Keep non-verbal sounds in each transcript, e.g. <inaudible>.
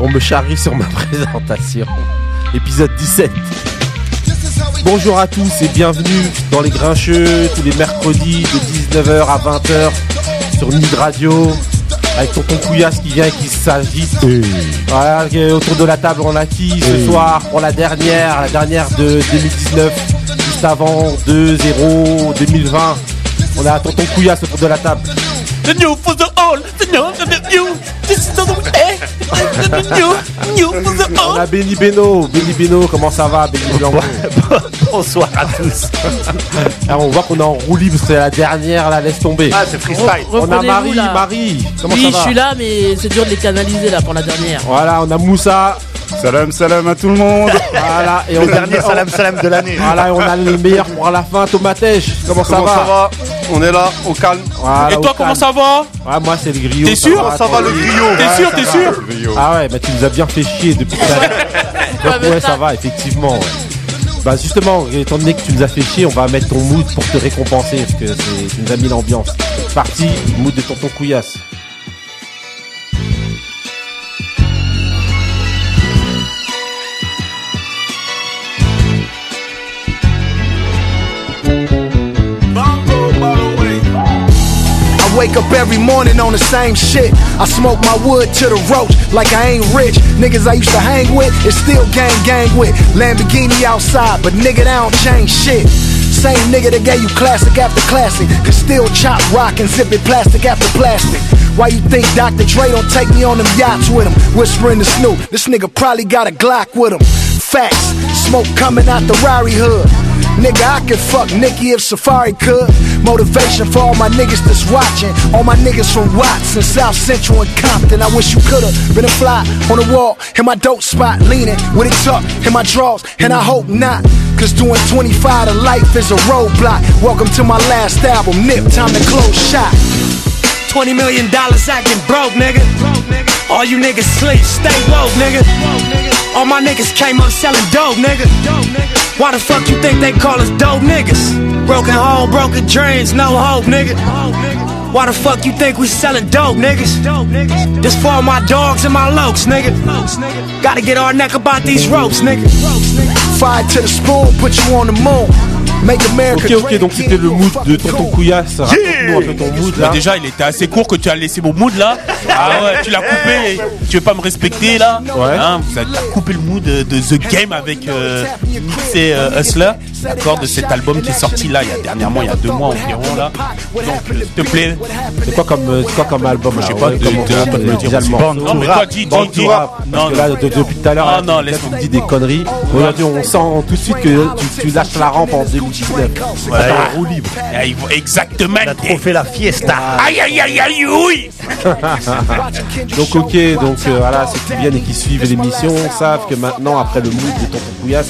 On me charrie sur ma <laughs> présentation. Épisode 17. Bonjour à tous et bienvenue dans les Grincheux tous les mercredis de 19h à 20h sur Nid Radio avec ton concouillasse qui vient et qui s'agite. Voilà, et autour de la table on a qui ce soir pour la dernière, la dernière de 2019, juste avant 2-0 2020. On a tonton Couillasse autour de la table. The new for the old, the new for the new. This is the way. The <laughs> new, new for the On old. a Benny Beno. Benny Beno, comment ça va Benny Blanco Bonsoir à tous. Ah, On voit qu'on est en roue libre, c'est la dernière, là, laisse tomber. Ah, c'est freestyle. On a Reprenez-vous, Marie, là. Marie, comment Oui, ça je va suis là, mais c'est dur de les canaliser là pour la dernière. Voilà, on a Moussa, Salam, salam à tout le monde. voilà, et on Le dernier salam salam de l'année. Voilà, et on a le meilleur pour la fin, Tomatèche. Comment, ça Comment va, ça va On est là, au calme. Voilà, Et au toi, comment ça calme. va Ouais, moi, c'est le griot. T'es sûr va, Ça va le tranquille. griot T'es sûr, t'es sûr Ah ouais, bah tu nous as bien fait chier depuis tout à l'heure. Ouais, Donc mais ouais, ça ça- va, effectivement. ouais. Bah justement, étant donné que tu nous as fait chier, on va mettre ton mood pour te récompenser, parce que c'est- tu nous as mis l'ambiance. C'est Parti, mood de tonton couillasse. I wake up every morning on the same shit. I smoke my wood to the roach like I ain't rich. Niggas I used to hang with is still gang gang with. Lamborghini outside, but nigga, they don't change shit. Same nigga that gave you classic after classic Can still chop rock and zip it plastic after plastic Why you think Dr. Dre don't take me on them yachts with him? Whispering to Snoop, this nigga probably got a Glock with him Facts, smoke coming out the Rari hood Nigga, I could fuck Nikki if Safari could. Motivation for all my niggas that's watching. All my niggas from Watts and South Central and Compton. I wish you could've been a fly on the wall in my dope spot, leaning with it tucked in my drawers, and I hope not. Cause doing 25 to life is a roadblock. Welcome to my last album, Nip, time to close shop. 20 million dollars acting broke, nigga. All you niggas sleep, stay woke, nigga. All my niggas came up selling dope, nigga. Why the fuck you think they call us dope niggas? Broken home, broken dreams, no hope, nigga. Why the fuck you think we selling dope, niggas? This for all my dogs and my lokes, nigga. Gotta get our neck about these ropes, nigga. Fired to the spoon, put you on the moon. Make America Ok, ok, great donc again, c'était le you a mood de fucking tonton coon. couillasse. Raconte-nous un peu ton mood là. Bah, Déjà, il était assez court que tu as laissé mon mood là. Ah ouais, tu l'as coupé. Tu veux pas me respecter là Ouais. Hein, Vous avez coupé le mood euh, de The Game avec euh, Nix et euh, Hustler. D'accord, de cet album qui est sorti là, il y a dernièrement, il y a deux mois environ là. Donc, euh, s'il te plaît. C'est quoi comme, euh, c'est quoi comme album là sais pas, Ouais, de- de- comment on de- dit, de- euh, de- déjà le morceau. Non, mais toi, dis, dis, Bande dis. du rap. Parce Non, que là, non. de- depuis tout à l'heure, Ah, non, là, laisse tu tomber. dis des conneries. Aujourd'hui, on sent tout de suite que tu, tu lâches la rampe en 2019. Ouais. roue libre. Ah, ils vont- Exactement. On a trop fait la fiesta. Aïe aïe aïe aïe oui <laughs> Donc ok, donc euh, voilà, ceux qui viennent et qui suivent l'émission savent que maintenant, après le mood de Tonton Couillasse,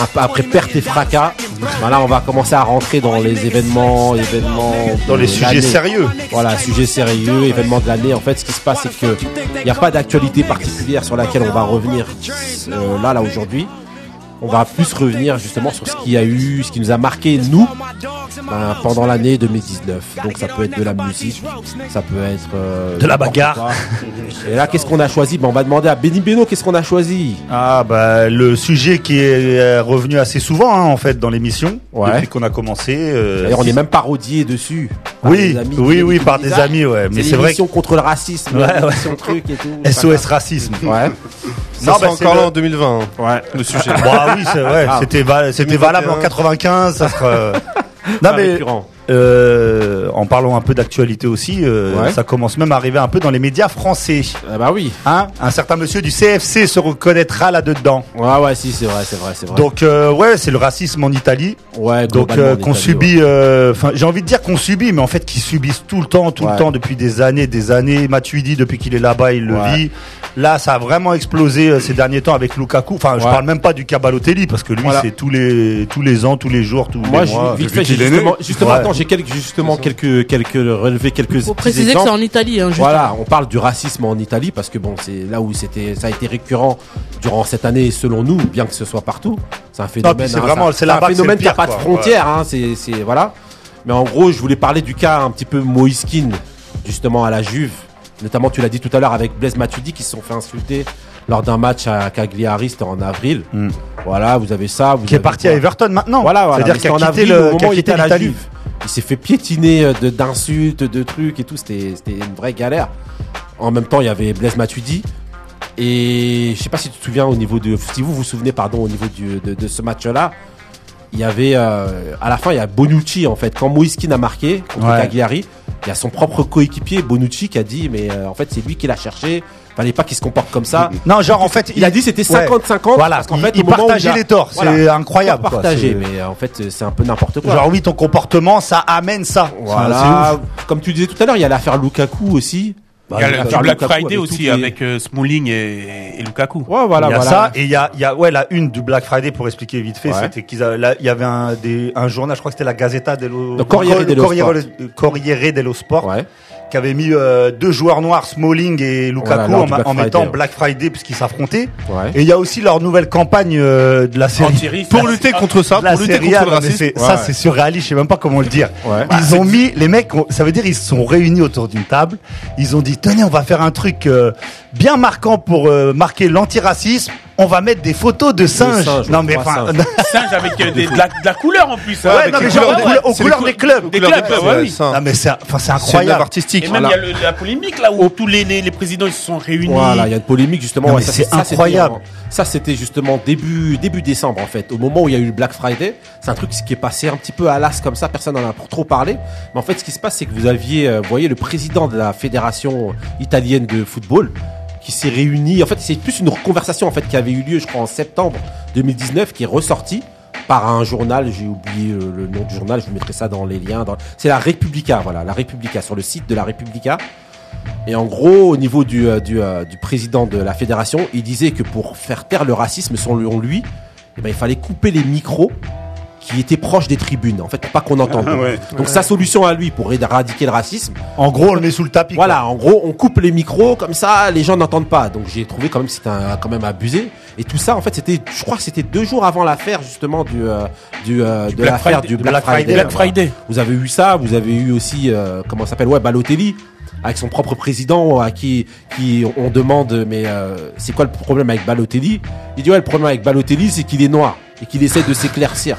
un peu après perte et fracas, voilà, on va commencer à rentrer dans les événements, événements Dans de les sujets l'année. sérieux. Voilà, sujet sérieux, événement de l'année. En fait, ce qui se passe, c'est que il n'y a pas d'actualité particulière sur laquelle on va revenir euh, là, là aujourd'hui. On va plus revenir justement sur ce qui a eu, ce qui nous a marqué nous ben, pendant l'année 2019. Donc ça peut être de la musique, ça peut être euh, De la n'importe bagarre. quoi. Et là, qu'est-ce qu'on a choisi Ben, on va demander à Benny Beno qu'est-ce qu'on a choisi. Ah bah le sujet qui est euh, revenu assez souvent hein, en fait dans l'émission Ouais. depuis qu'on a commencé. euh, D'ailleurs, on est même parodié dessus. par Oui, des amis oui, qui- oui, qui par disent, des ah, amis, ouais. Mais c'est C'est vrai l'émission contre le racisme, Ouais, ouais. l'émission truc <laughs> et tout. que SOS racisme. Ouais. Ça sera Non, bah, c'est encore le- là en 2020, hein, Ouais. le sujet. Bah oui, c'est vrai. Ah. C'était val- c'était 2021. valable en 95. Ça sera... euh. non Ah, mais Récurrent. euh, en parlant un peu d'actualité aussi, euh, Ouais. ça commence même à arriver un peu dans les médias français. Ah bah oui. Hein un certain monsieur du CFC se reconnaîtra là-dedans. Ouais, Ah ouais, si, c'est vrai, c'est vrai, c'est vrai. Donc euh, ouais, c'est le racisme en Italie. ouais, Donc globalement, euh, en qu'on Italie, ouais. subit, euh, enfin j'ai envie de dire qu'on subit, mais en fait qu'ils subissent tout le temps, tout Ouais. le temps depuis des années, des années. Matuidi depuis qu'il est là-bas, il le Ouais. vit. Là, ça a vraiment explosé euh, ces derniers temps avec Lukaku. Enfin, je Ouais. parle même pas du Cabalotelli parce que lui, Voilà. c'est tous les tous les ans, tous les jours, tous Moi, les mois. j'ai vite depuis fait, j'ai qu'il est né. justement, justement, Ouais. attends, j'ai quelques, justement quelques, quelques relevé quelques Faut petits préciser que exemples. c'est en Italie, hein, juste. Voilà, on parle du racisme en Italie parce que bon, c'est là où c'était, ça a été récurrent durant cette année, selon nous, bien que ce soit partout. C'est un phénomène. puis c'est hein, vraiment- ça- c'est là-bas un que c'est phénomène le qui a pire, pas de quoi. frontières. Hein, c'est, c'est voilà. Mais en gros, je voulais parler du cas un petit peu Moïskine, justement à la Juve. Notamment, tu l'as dit tout à l'heure avec Blaise Matuidi qui se sont fait insulter lors d'un match à Cagliari, c'était en avril. Voilà, vous avez ça. Vous Hmm. Qui est avez parti quoi. à Everton maintenant. Voilà, voilà. C'est-à-dire qu'il Mais a c'était en quitté, avril, au le, moment qui a où il quitté était à la l'Italie. Juve. Il s'est fait piétiner euh, de- d'insultes, de trucs et tout. C'était c'était une vraie galère. En même temps, il y avait Blaise Matuidi. Et je sais pas si tu te souviens au niveau de, si vous vous souvenez pardon au niveau du- de, de ce match-là, il y avait euh, à la fin il y a Bonucci en fait quand Moiskin a marqué contre Ouais. Cagliari, il y a son propre coéquipier Bonucci qui a dit mais euh, en fait c'est lui qui l'a cherché, fallait pas qu'il se comporte comme ça. Non, genre en fait, Il a dit c'était Ouais. 50-50 Voilà, parce qu'en il- fait il au moment où partageait a- les torts, voilà. c'est incroyable. quoi. Partagé, C'est- mais euh, en fait c'est un peu n'importe quoi. Genre oui, ton comportement, ça amène ça. C'est voilà, ouf. Bah, comme tu disais tout à l'heure, il y a l'affaire Lukaku aussi. Il y a Lukaku, le Black Lukaku Friday avec toutes aussi les- avec euh, Smalling et, et Lukaku. Ouais, Ah, voilà, il y a voilà. ça et il y a, il y a ouais la une du Black Friday pour expliquer vite fait Ouais. c'était qu'ils a- là, il y avait un des un journal je crois que c'était la Gazzetta dello Le Corriere dello Corriere- Corriere dello Sport Ouais. qui avait mis euh, deux joueurs noirs Smalling et Lukaku Voilà, lors en, ma- du Black en Friday, hein. mettant ouais. Black Friday puisqu'ils s'affrontaient Ouais. et il y a aussi leur nouvelle campagne euh, de la série Anti-racisme. Pour lutter contre ça, de la pour lutter Serie A, contre le non, mais racisme. c'est- ça Ouais. c'est surréaliste, je sais même pas comment le dire. Ouais. Ils ont mis les mecs, ont- ça veut dire ils se sont réunis autour d'une table. Ils ont dit tenez, on va faire un truc euh, bien marquant pour euh, marquer l'antiracisme. On va mettre des photos de singes. singes, non ouais, mais trois enfin, singes. <laughs> Singe avec euh, des- de, la, de la couleur en plus. hein, Ouais, avec non, les mais genre, couleurs, aux ouais. couleurs- aux C'est couleurs les des clubs. Des clubs, ouais, ouais, oui. non mais c'est, enfin c'est C'est une œuvre incroyable. artistique. Et même il Voilà. Oh. y a le- la polémique là où tous les, les, les présidents ils se sont réunis. Voilà, il y a une polémique justement. Non, ouais, mais ça, c'est ça, c'était incroyable. en- Ça, c'était justement début début décembre en fait, au moment où il y a eu le Black Friday. C'est un truc qui est passé un petit peu à l'as comme ça. Personne n'en a pour trop parlé. Mais en fait, ce qui se passe, c'est que vous aviez, euh, vous voyez, le président de la fédération italienne de football qui s'est réuni. En fait, c'est plus une conversation en fait qui avait eu lieu, je crois, en septembre 2019, qui est ressortie par un journal, j'ai oublié euh, le nom du journal, je vous mettrai ça dans les liens. dans- C'est la Repubblica, voilà, la Repubblica, sur le site de la Repubblica. Et en gros, au niveau du, euh, du, euh, du président de la fédération, il disait que pour faire taire le racisme, selon lui, eh ben, il fallait couper les micros qui étaient proches des tribunes, en fait, pour pas qu'on entende. Donc sa solution à lui pour éradiquer le racisme, En gros, on le met sous le tapis. quoi. voilà, en gros, on coupe les micros, comme ça, les gens n'entendent pas. Donc j'ai trouvé quand même que c'était un- quand même abusé. Et tout ça, en fait, c'était, je crois que c'était deux jours avant l'affaire, justement, du, euh, du, euh, de Black l'affaire Friday- du du Black, Black Friday. Friday. Black Friday. Vous avez eu ça, vous avez eu aussi, euh, comment ça s'appelle, ouais, Balotelli, avec son propre président, à qui, qui on demande, mais euh, c'est quoi le problème avec Balotelli Il dit, ouais, le problème avec Balotelli, c'est qu'il est noir et qu'il essaie de s'éclaircir.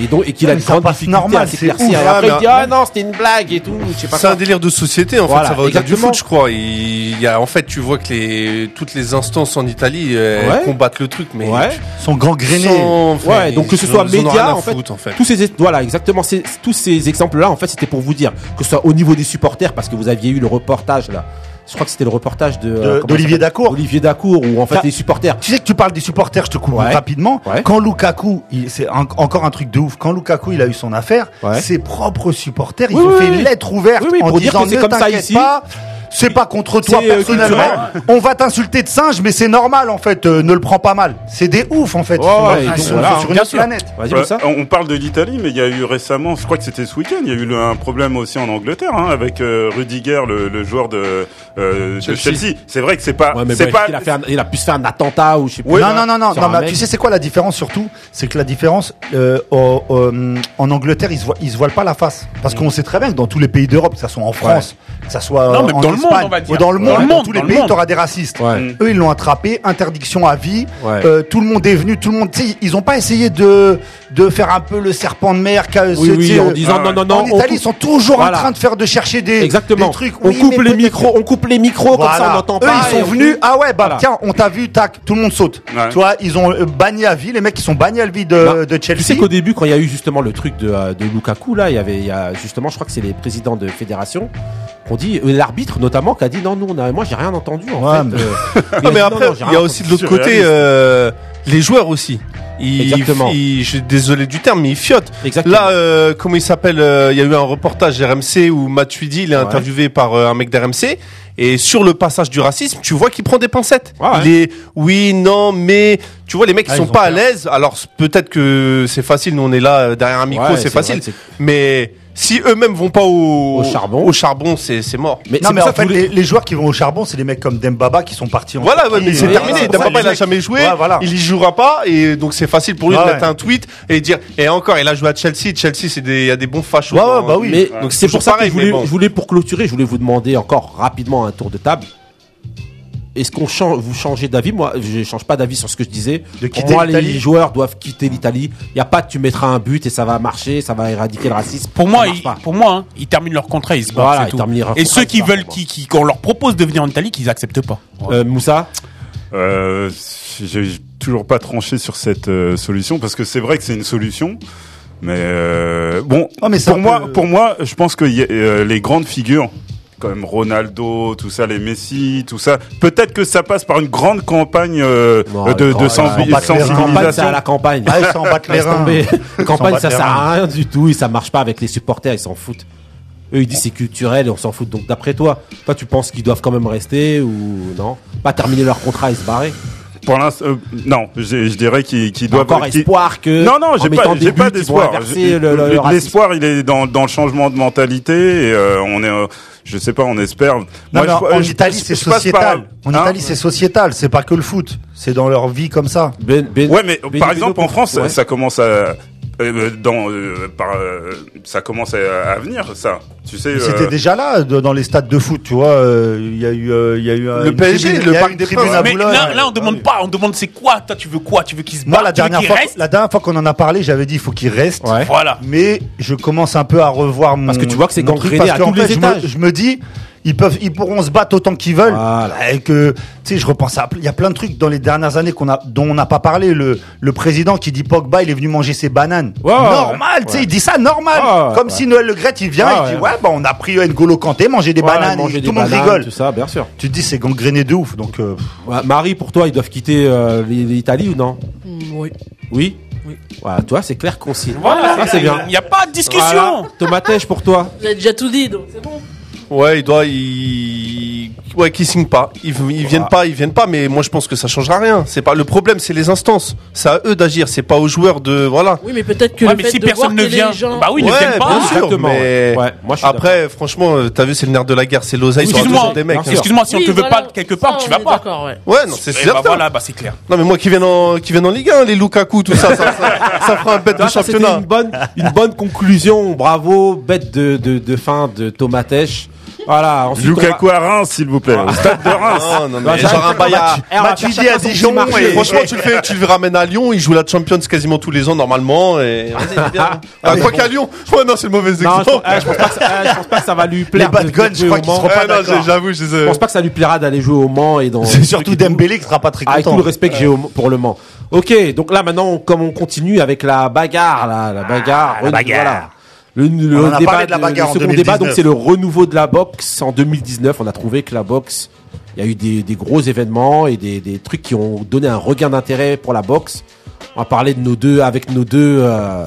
Et donc, et qu'il a Mais une ça grande passe difficulté normal, à c'est s'éclaircir. ouf. Et Ah, après, il mais- dit, ah non, c'était une blague et tout, je sais pas C'est un quoi. délire de société en Voilà, fait, ça va au-delà du exactement. foot, je crois. Il y a en fait, tu vois que les toutes les instances en Italie euh, Ouais. combattent le truc, mais Ouais. Ils sont gangrénés. sans- enfin, Ouais, donc que ce ils soit en- ils en ont rien média, à en fait, foutre, en fait. tous ces voilà exactement ces, tous ces exemples là en fait c'était pour vous dire que ce soit au niveau des supporters parce que vous aviez eu le reportage là. Je crois que c'était le reportage de euh, comment d'Olivier ça s'appelle Dacour. Olivier Dacour où en fait Ça- les supporters Tu sais que tu parles des supporters, je te coupe Ouais. rapidement. Ouais. Quand Lukaku, il- c'est en- encore un truc de ouf. Quand Lukaku, il a eu son affaire, Ouais. ses propres supporters, ils Oui, ont oui, fait oui. une lettre ouverte Oui, oui, en pour dire disant que c'est ne comme ça t'inquiète ici. pas, c'est pas contre toi C'est, euh, personnellement. On va t'insulter de singe, mais c'est normal en fait. euh, ne le prends pas mal. C'est des ouf en fait. Ouais, Ils sont- Oh, ouais, ils et donc, sont voilà, sur hein, une autre planète. Vas-y Bah, Moussa. on parle de l'Italie, mais il y a eu récemment, je crois que c'était ce week-end, il y a eu le- un problème aussi en Angleterre hein, avec euh, Rudiger, le, le joueur de, euh, de Chelsea. Chelsea. C'est vrai que c'est pas, Ouais, mais c'est bah, bon, pas. il, a fait un- il a pu se faire un attentat ou je sais pas. non, non, non, non, sur non, un mais mec. tu sais, c'est quoi la différence surtout C'est que la différence, euh, au- au, hum, en Angleterre, ils se, voient, ils se voilent pas la face. Parce Mm. qu'on sait très bien que dans tous les pays d'Europe, que ça soit en France, que ça soit Non, euh, mais en dans le monde, Espagne, on va dire. ou dans le Dans monde, le dans monde, tous dans les le pays, monde. t'auras des racistes. Ouais. Mm. Eux, ils l'ont attrapé, interdiction à vie. Ouais. Euh, tout le monde est venu, tout le monde. tu sais, ils ont pas essayé de de faire un peu le serpent de mer. qu'a- Oui, se oui, dire, en disant Ah, non, non, en non. on Italie, coupe- ils sont toujours Voilà. en train de faire de chercher des Exactement. des trucs. on Oui, coupe mais les peut-être- micros, on coupe les micros comme ça on Voilà. n'entend Eux, pas. ils et sont on venus. coupe. Ah ouais, bah Voilà. tiens, on t'a vu, tac, tout le monde saute. Ouais. Tu vois, ils ont euh, banni à vie les mecs qui sont bannis à vie de, Non. euh, de Chelsea. Tu sais qu'au début, quand il y a eu justement le truc de, euh, de Lukaku, là, il y avait, il y a justement, je crois que c'est les présidents de fédération qu'on dit, euh, l'arbitre notamment, qui a dit non, nous, on a, moi, j'ai rien entendu en Ouais, fait. mais- euh, il <laughs> a Non, Ah, mais dit, après, non, non, j'ai il y rien a aussi de l'autre entendu. côté euh, les joueurs aussi. Ils, Exactement. ils- je suis désolé du terme, mais ils fiotent. Exactement. Là, euh, comment il s'appelle euh, Il y a eu un reportage RMC où Matuidi il est interviewé par euh, un mec d'RMC. Et sur le passage du racisme, tu vois qu'il prend des pincettes. Ouais, ouais. Il est oui, non, mais tu vois les mecs ils Ah, sont ils ont pas à peur. l'aise. Alors c- peut-être que c'est facile, nous on est là euh, derrière un micro, Ouais, c'est c'est facile. vrai, c'est- mais si eux-mêmes vont pas au, Au charbon. au charbon, c'est c'est mort. Mais non c'est mais pour en ça que fait, je voulais- les, les joueurs qui vont au charbon, c'est des mecs comme Dembaba qui sont partis. En Voilà, ouais, Turquie, mais c'est euh, terminé. voilà. Dembaba, il a Les jamais mecs- joué. Ouais, voilà. Il y jouera pas. Et donc, c'est facile pour lui Ouais, de mettre ouais. un tweet et dire, et encore, il a joué à Chelsea. Chelsea, c'est des, il y a des bons fachos. Ouais, ouais, dans- bah oui. Mais Donc, c'est c'est pour toujours ça que pareil, je voulais, mais bon. je voulais pour clôturer, je voulais vous demander encore rapidement un tour de table. est-ce qu'on change, vous changez d'avis Moi, je change pas d'avis sur ce que je disais. De Pour quitter moi, l'Italie les joueurs doivent quitter l'Italie. Il n'y a pas de tu mettras un but et ça va marcher, ça va éradiquer le racisme. Pour moi, Ça marche ils, pas. pour moi, hein, ils terminent leur contrat, ils se barrent, Voilà, c'est ils tout. terminent leur Et contrat, ceux qui ils se barrent, veulent, pour qui, qui- qu'on leur propose de venir en Italie, qu'ils acceptent pas. Euh, Moussa, Euh, j'ai toujours pas tranché sur cette euh, solution parce que c'est vrai que c'est une solution. Mais euh, bon, Ah, mais c'est pour un moi, peu- pour moi, je pense que y a, euh, les grandes figures, comme Ronaldo, tout ça, les Messi, tout ça, peut-être que ça passe par une grande campagne euh, Non, de, de Oh, les grandes- sensi- les grandes campagne, c'est sensibilisation. à la campagne. Ah, ils s'en battent les Laisse reins. tomber. Campagne, battent ça les sert reins. à rien du tout. Et ça marche pas avec les supporters. Ils s'en foutent. Eux, ils disent c'est culturel et on s'en fout. Donc, d'après toi, toi, tu penses qu'ils doivent quand même rester ou non Pas terminer leur contrat et se barrer Pour l'instant, euh, non, je, je dirais qu'ils qu'ils doivent Encore qu'ils- espoir que. Non, non, en j'ai mettant pas, des j'ai buts, pas ils vont d'espoir. inverser J'ai- le- le- le racisme. L'espoir, il est dans, dans le changement de mentalité. Et, euh, on est, euh, je sais pas, on espère. Non, Moi, mais je- en je- Italie, je- c'est je passe sociétal. par- En hein Italie, c'est sociétal. C'est pas que le foot. C'est dans leur vie comme ça. Ben- Ben- Ouais, mais Benito par exemple, en Benito, France, ouais. ça commence à. euh, dans, euh, par, euh, ça commence à, à venir, ça. Tu sais. Mais euh, C'était déjà là de- dans les stades de foot, tu vois. euh, Il y a eu, euh, il y a eu un- Le une PSG, tribune- le il y a eu Parc une des tribune Princes. à Mais Boulogne. là, là, on demande pas, on demande c'est quoi Toi, tu veux quoi Tu veux qu'ils se barrent Moi, la Tu veux dernière qu'ils fois, restent la dernière fois qu'on en a parlé, j'avais dit il faut qu'il reste. Ouais. Voilà. Mais je commence un peu à revoir mon. Parce que tu vois que c'est mon truc, gangréné parce à qu'en tous les fait, je me- étages. Je me, dis, ils peuvent, ils pourront se battre autant qu'ils veulent. Voilà. Et que, tu sais, je repense à, il y a plein de trucs dans les dernières années qu'on a, dont on n'a pas parlé. Le, le président qui dit Pogba, il est venu manger ses bananes. Ouais, ouais, normal, tu sais, il dit ça normal. Ouais, ouais, Comme ouais. si Noël Le Gret, il vient, Ouais, il dit ouais, ouais. bah on a pris N'Golo Kanté, manger des Ouais, bananes, manger et des tout le monde bananes, rigole. Tout ça, bien sûr. Tu te dis c'est gangréné de ouf, donc. euh, Ouais, Marie, pour toi, ils doivent quitter euh, l'I- l'Italie ou non Hmm, oui. Oui Oui. Voilà, toi, c'est clair, concis. Voilà, ça, c'est bien. Il n'y a pas de Voilà. discussion. Tomatèche pour toi. Vous avez déjà tout dit, donc c'est bon. Ouais, il doit, il... ouais, qui signent pas. Ils, ils viennent pas, ils viennent pas. Mais moi, je pense que ça changera rien. C'est pas le problème, c'est les instances. C'est à eux d'agir. C'est pas aux joueurs de voilà. Oui, mais peut-être que Ouais, le mais fait si de voir personne que ne vient, les gens... bah oui, ne Ouais, viennent pas. bien sûr, Exactement, mais- ouais. Ouais, moi, je suis Après, franchement, euh, t'as vu, c'est le nerf de la guerre, c'est l'oseille sur la Excuse-moi, tête des mecs. hein. excuse-moi, si on Oui, te veut voilà. pas quelque part, Ça, tu on vas est pas. D'accord, ouais. Ouais, non, c'est Eh certain. bah voilà, bah c'est clair. Non, mais moi qui viennent en, qui viennent en Ligue 1, les Lukaku, tout ça, ça, ça, ça fera un bête de Ah, ça, c'était championnat. Une bonne, une bonne conclusion, bravo, bête de, de, de fin de Tomatèche. Voilà, ensuite. on Lukaku à Reims, s'il vous plaît. Au stade <laughs> de Reims. Non, non, va- mais genre un bail à- Eh, on va Matuidi faire chacun à son Dijon petit marché. et- Franchement, tu le fais, tu le ramènes à Lyon, il joue la Champions quasiment tous les ans normalement et vas-y, viens. Ah, quoi qu'à Lyon. Ouais, non, c'est le mauvais Non, exemple. je pense, eh, je pense pas que ça- eh, je pense pas que ça va lui les plaire. bad de- de guns, je jouer crois au qu'ils Mans. seront pas Eh, non, d'accord. j'ai- j'avoue, je les ai- Je pense pas que ça lui plaira d'aller jouer au Mans et dans. C'est surtout Dembélé qui sera pas très Avec content. tout le respect que j'ai au- pour le Mans. Ok, donc là maintenant, on- comme on continue avec la bagarre, là, la bagarre, Ah, la renou- bagarre. voilà. Le, le On en a débat, parlé de la de- bagarre le en second débat, 2019. donc c'est le renouveau de la boxe en 2019. On a trouvé que la boxe, il y a eu des, des gros événements et des, des trucs qui ont donné un regain d'intérêt pour la boxe. On va parler de nos deux, avec nos deux. euh,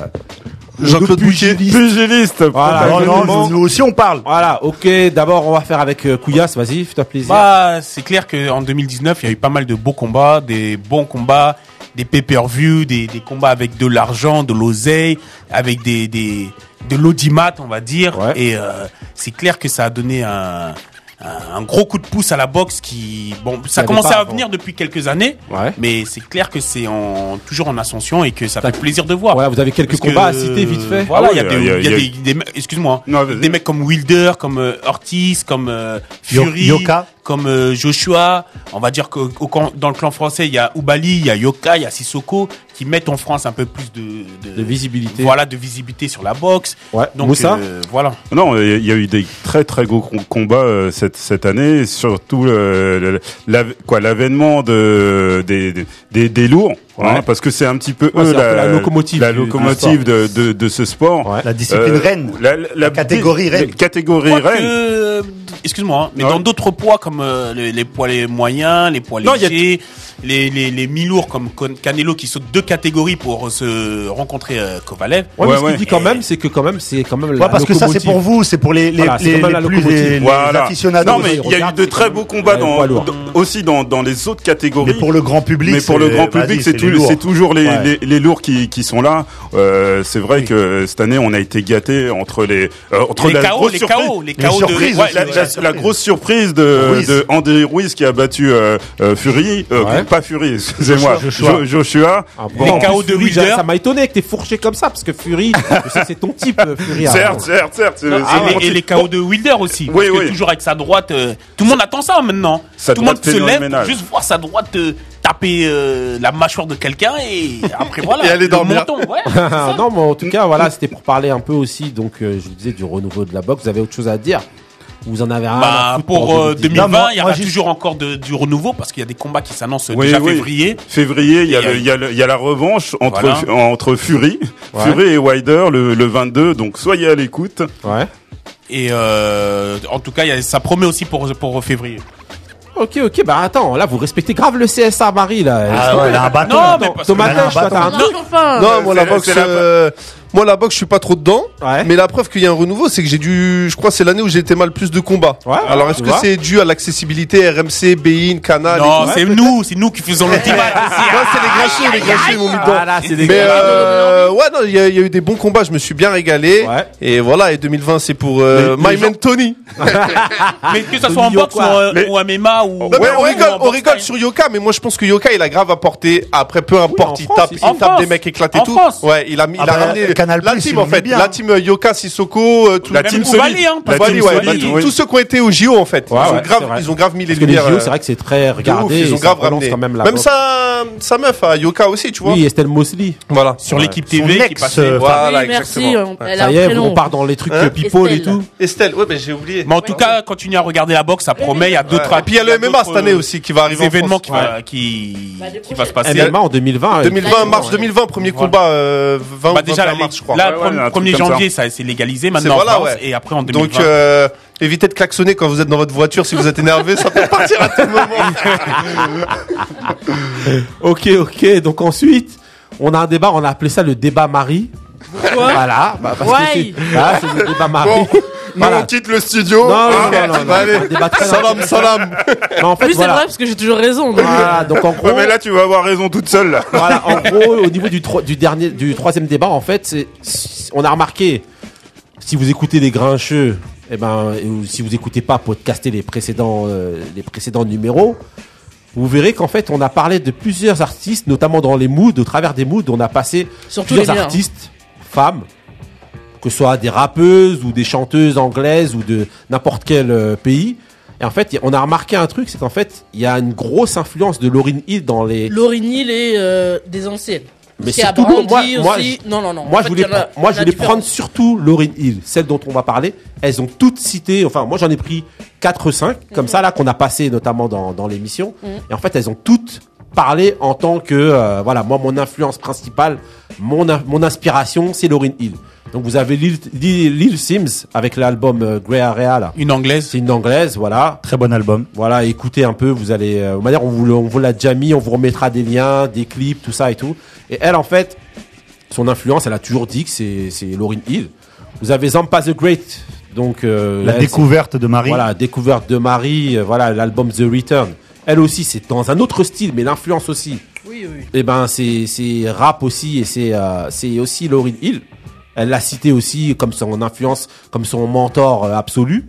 nos Jean-Claude deux Boucher. pugilistes. Pugiliste. Voilà, Non, non, Vraiment. nous aussi on parle. Voilà, ok. D'abord, on va faire avec euh, Kouyas. Vas-y, fais-toi plaisir. Bah, c'est clair qu'en 2019, il y a eu pas mal de beaux combats, des bons combats, des pay-per-view, des, des combats avec de l'argent, de l'oseille, avec des, des, de l'audimat, on va dire. Ouais. Et euh, c'est clair que ça a donné un, un, un gros coup de pouce à la boxe qui, bon, ça avait commençait pas à avant. venir depuis quelques années, Ouais. mais c'est clair que c'est en, toujours en ascension et que ça fait plaisir de voir. Voilà, vous avez quelques Parce combats à que, citer vite fait. Voilà, Ah il y a oui, il des, y a- il y a il y a- des- des mecs- excuse-moi, Non, vas-y. des mecs comme Wilder, comme euh, Ortiz, comme euh, Yo- Fury, Yoka. comme euh, Joshua. On va dire que au camp- dans le clan français, il y a Ubali, il y a Yoka, il y a Sissoko, qui mettent en France un peu plus de, De visibilité. Voilà, de visibilité sur la boxe. Ouais. Donc Moussa euh, voilà. Non, il y a- il y a eu des très très gros com- combats euh, cette cette année, et surtout euh, le- la- quoi l'avènement de des des, des- des lourds, hein, parce que c'est un petit peu Ouais, eux c'est un peu la locomotive la du- locomotive de, de de ce sport, Ouais. La discipline reine. Euh, la, la- la- catégorie la- reine. catégorie Quoique, reine. euh, Excuse-moi, hein, mais Ouais. dans d'autres poids comme euh, les, les poids les moyens, les poids Non, il y a- légers, les, les, les mi-lourds comme Con- Canelo qui sautent deux catégories pour se rencontrer euh, Kovalev. Ouais, mais Ouais, ce ouais. qu'il dit quand même, c'est que quand même, c'est quand même Ouais, parce que ça, c'est pour vous, c'est pour les, les, Voilà, c'est les, quand même les la plus locomotive. les, les Voilà. aficionados. Non mais il y a eu regarde, de c'est très quand beaux même combats les dans, poids lourds. dans- aussi dans dans les autres catégories. Mais pour le grand public, mais pour le c'est- grand vas-y, public, c'est les tout- lourds. c'est toujours les, les, Ouais. les lourds qui, qui sont là. Euh, c'est vrai que cette année, on a été gâté entre les euh, entre Les la KO, grosse les surprise- KO, les KO de- surprises ouais, aussi, la, ouais. la la grosse surprise de, Ruiz. de Andy Ruiz qui a battu euh, euh, Fury, euh, pas Fury, excusez-moi, Joshua. Jo- Joshua. Ah, Un Les En plus, KO de Fury, Wilder. j'ai- Ça m'a étonné que t'es fourché comme ça, parce que Fury, je sais que c'est ton type, euh, Fury. Certes, Arnaud. certes, certes. c'est- et, Ah, c'est mon les, et type. les KO de Wilder aussi. Oui, parce que oui. toujours avec sa droite. euh, tout le monde attend ça maintenant. Sa tout le monde droite se lève pour phénoménale. juste voir sa droite euh, taper euh, la mâchoire de quelqu'un et après voilà. Et aller le dormir. menton, <laughs> ouais, c'est ça. non, mais en tout cas, voilà, c'était pour parler un peu aussi, donc euh, je vous disais, du renouveau de la boxe. Vous avez autre chose à dire Vous en avez Ah, rien à Bah, foutre pour euh, 2019. 2020, Non, moi, il y moi, aura j'ai- toujours encore de- du renouveau parce qu'il y a des combats qui s'annoncent Oui, déjà oui. février. Février, il y, a Et le- il y a le- il y a la revanche entre, Voilà. Fu- entre Fury, Ouais. Fury et Wilder le, le 22, donc soyez à l'écoute. Ouais. Et euh, en tout cas, il y a- ça promet aussi pour, pour <laughs> euh, février. Ok, ok, bah attends, là, vous respectez grave le CSA Marie, là. Ah ouais, il a un bâton. Non, mais Attends, parce que Thomas là, là, Tesch, toi, attends. t'as un truc. Non, enfin. Non, moi la c'est- boxe, c'est la- euh, moi la boxe, je suis pas trop dedans. Ouais. Mais la preuve qu'il y a un renouveau, c'est que j'ai dû, je crois, que c'est l'année où j'ai été mal plus de combats. Ouais, Alors est-ce tu que vois. c'est dû à l'accessibilité RMC, Bein, Canal et non, tout c'est nous, c'est nous qui faisons le <laughs> débat. Ah, Ouais, c'est les grachés, les grachés ils m'ont mis dedans. Ah, là, c'est Mais dégueulasse. euh, ouais, non, il y, a- il y a eu des bons combats, je me suis bien régalé. Ouais. Et voilà, et 2020, c'est pour euh, Les- les My Man Tony. <laughs> Mais que ça soit en Yo, boxe ou, quoi. euh, Mais- ou MMA ou. Non, mais ou on en rigole, on boxe rigole style. sur Yoka, mais moi je pense que Yoka il a grave apporté. Après, peu importe, en il France, tape, il- il en tape France. des mecs éclatés En tout. France. Ouais, il a, mis- il Ah a bah, ramené Canal+, la ils team l'ont en mis fait, bien. la team euh, Yoka, Sissoko, euh, tout La le- team Même solide. Ouvali, hein, La parce Ouvali, team ouais, solide, bah, tous- oui. tous ceux qui ont été au JO en fait, Ouais, ils, ont ouais, c'est grave, vrai. ils ont grave mis les Parce que les lumières. JO, euh, c'est vrai que c'est très de ouf, regardé. ils et ont ça grave relance ramené. quand même la Même boxe. sa, sa meuf, à Yoka aussi, tu vois. Oui, Estelle Mosley. Voilà. Sur l'équipe Son TV qui ex, passe. euh, Voilà, oui, merci. exactement. on- Elle a Ça y un est, prénom. on part dans les trucs Hein euh, people et Estelle. tout. Estelle, ouais, mais j'ai oublié. Mais en tout cas, continuez à regarder la boxe, ça promet. Il y a Ouais. d'autres. Et puis il y a le MMA cette d'autres, année euh, aussi qui va des arriver. en événements France. qui, va, qui, Bah, des qui va se projets. passer. MMA en 2020. euh, 2020, mars 2020, premier combat, euh, 20 Bah, ou 21 déjà, la, mars, je crois. là, Ouais, ouais, un truc 1er comme ça. janvier, ça, c'est légalisé C'est maintenant en voilà, France, ouais. et après en 2020. Donc, euh, évitez de klaxonner quand vous êtes dans votre voiture si vous êtes énervé, ça peut partir à tout moment. Ok, ok. Donc ensuite, on a un débat, on a appelé ça le débat Marie. Voilà, bah, parce Why que c'est voilà, c'est le débat Marie. Nous, Voilà. on quitte le studio. Non, non, Hein non, non, non, Bah, allez. un débat très Salam, salam. Non, en fait, Oui, c'est voilà. vrai, parce que j'ai toujours raison. donc. Voilà, Ah, donc en gros, Ouais, mais là, tu vas avoir raison toute seule. Là. voilà, <laughs> en gros, au niveau du, tro- du dernier, du troisième débat, en fait, c'est- si- on a remarqué, si vous écoutez les grincheux, eh ben, et- ou si vous écoutez pas podcaster les précédents, euh, les précédents numéros, vous verrez qu'en fait, on a parlé de plusieurs artistes, notamment dans les moods, au travers des moods, on a passé Surtout les plusieurs miens. artistes, femmes, que ce soit des rappeuses ou des chanteuses anglaises ou de n'importe quel euh, pays. Et en fait, y- on a remarqué un truc, c'est qu'en fait, il y a une grosse influence de Lauryn Hill dans les, Lauryn Hill est euh, des anciennes. Mais Parce qu'il y a surtout, moi- Brandy moi, aussi. je- non, non, non. Moi, En je fait, voulais, il y en a- pr- moi, il y je en a voulais différents. prendre surtout Lauryn Hill, celle dont on va parler. Elles ont toutes cité, enfin, moi, j'en ai pris 4 5, comme ça, là, qu'on a passé notamment dans, dans l'émission. Et en fait, elles ont toutes parlé en tant que, euh, voilà, moi, mon influence principale, mon, in- mon inspiration, c'est Lauryn Hill. Donc, vous avez Lil, Lil, Lil Sims avec l'album euh, Grey Area, là. une anglaise. C'est une anglaise, voilà. Très bon album. Voilà, écoutez un peu, vous allez. Euh, on va dire, on vous, le- on vous l'a déjà mis, on vous remettra des liens, des clips, tout ça et tout. Et elle, en fait, son influence, elle a toujours dit que c'est, c'est Lauryn Hill. Vous avez Zampa the Great, donc. euh, La elle, découverte de c'est- Marie. Voilà, découverte de Marie, euh, voilà, l'album The Return. Elle aussi, c'est dans un autre style, mais l'influence aussi. Oui, oui. Et ben, c'est, c'est rap aussi, et c'est, euh, c'est aussi Lauryn Hill. Elle l'a cité aussi comme son influence, comme son mentor euh, absolu.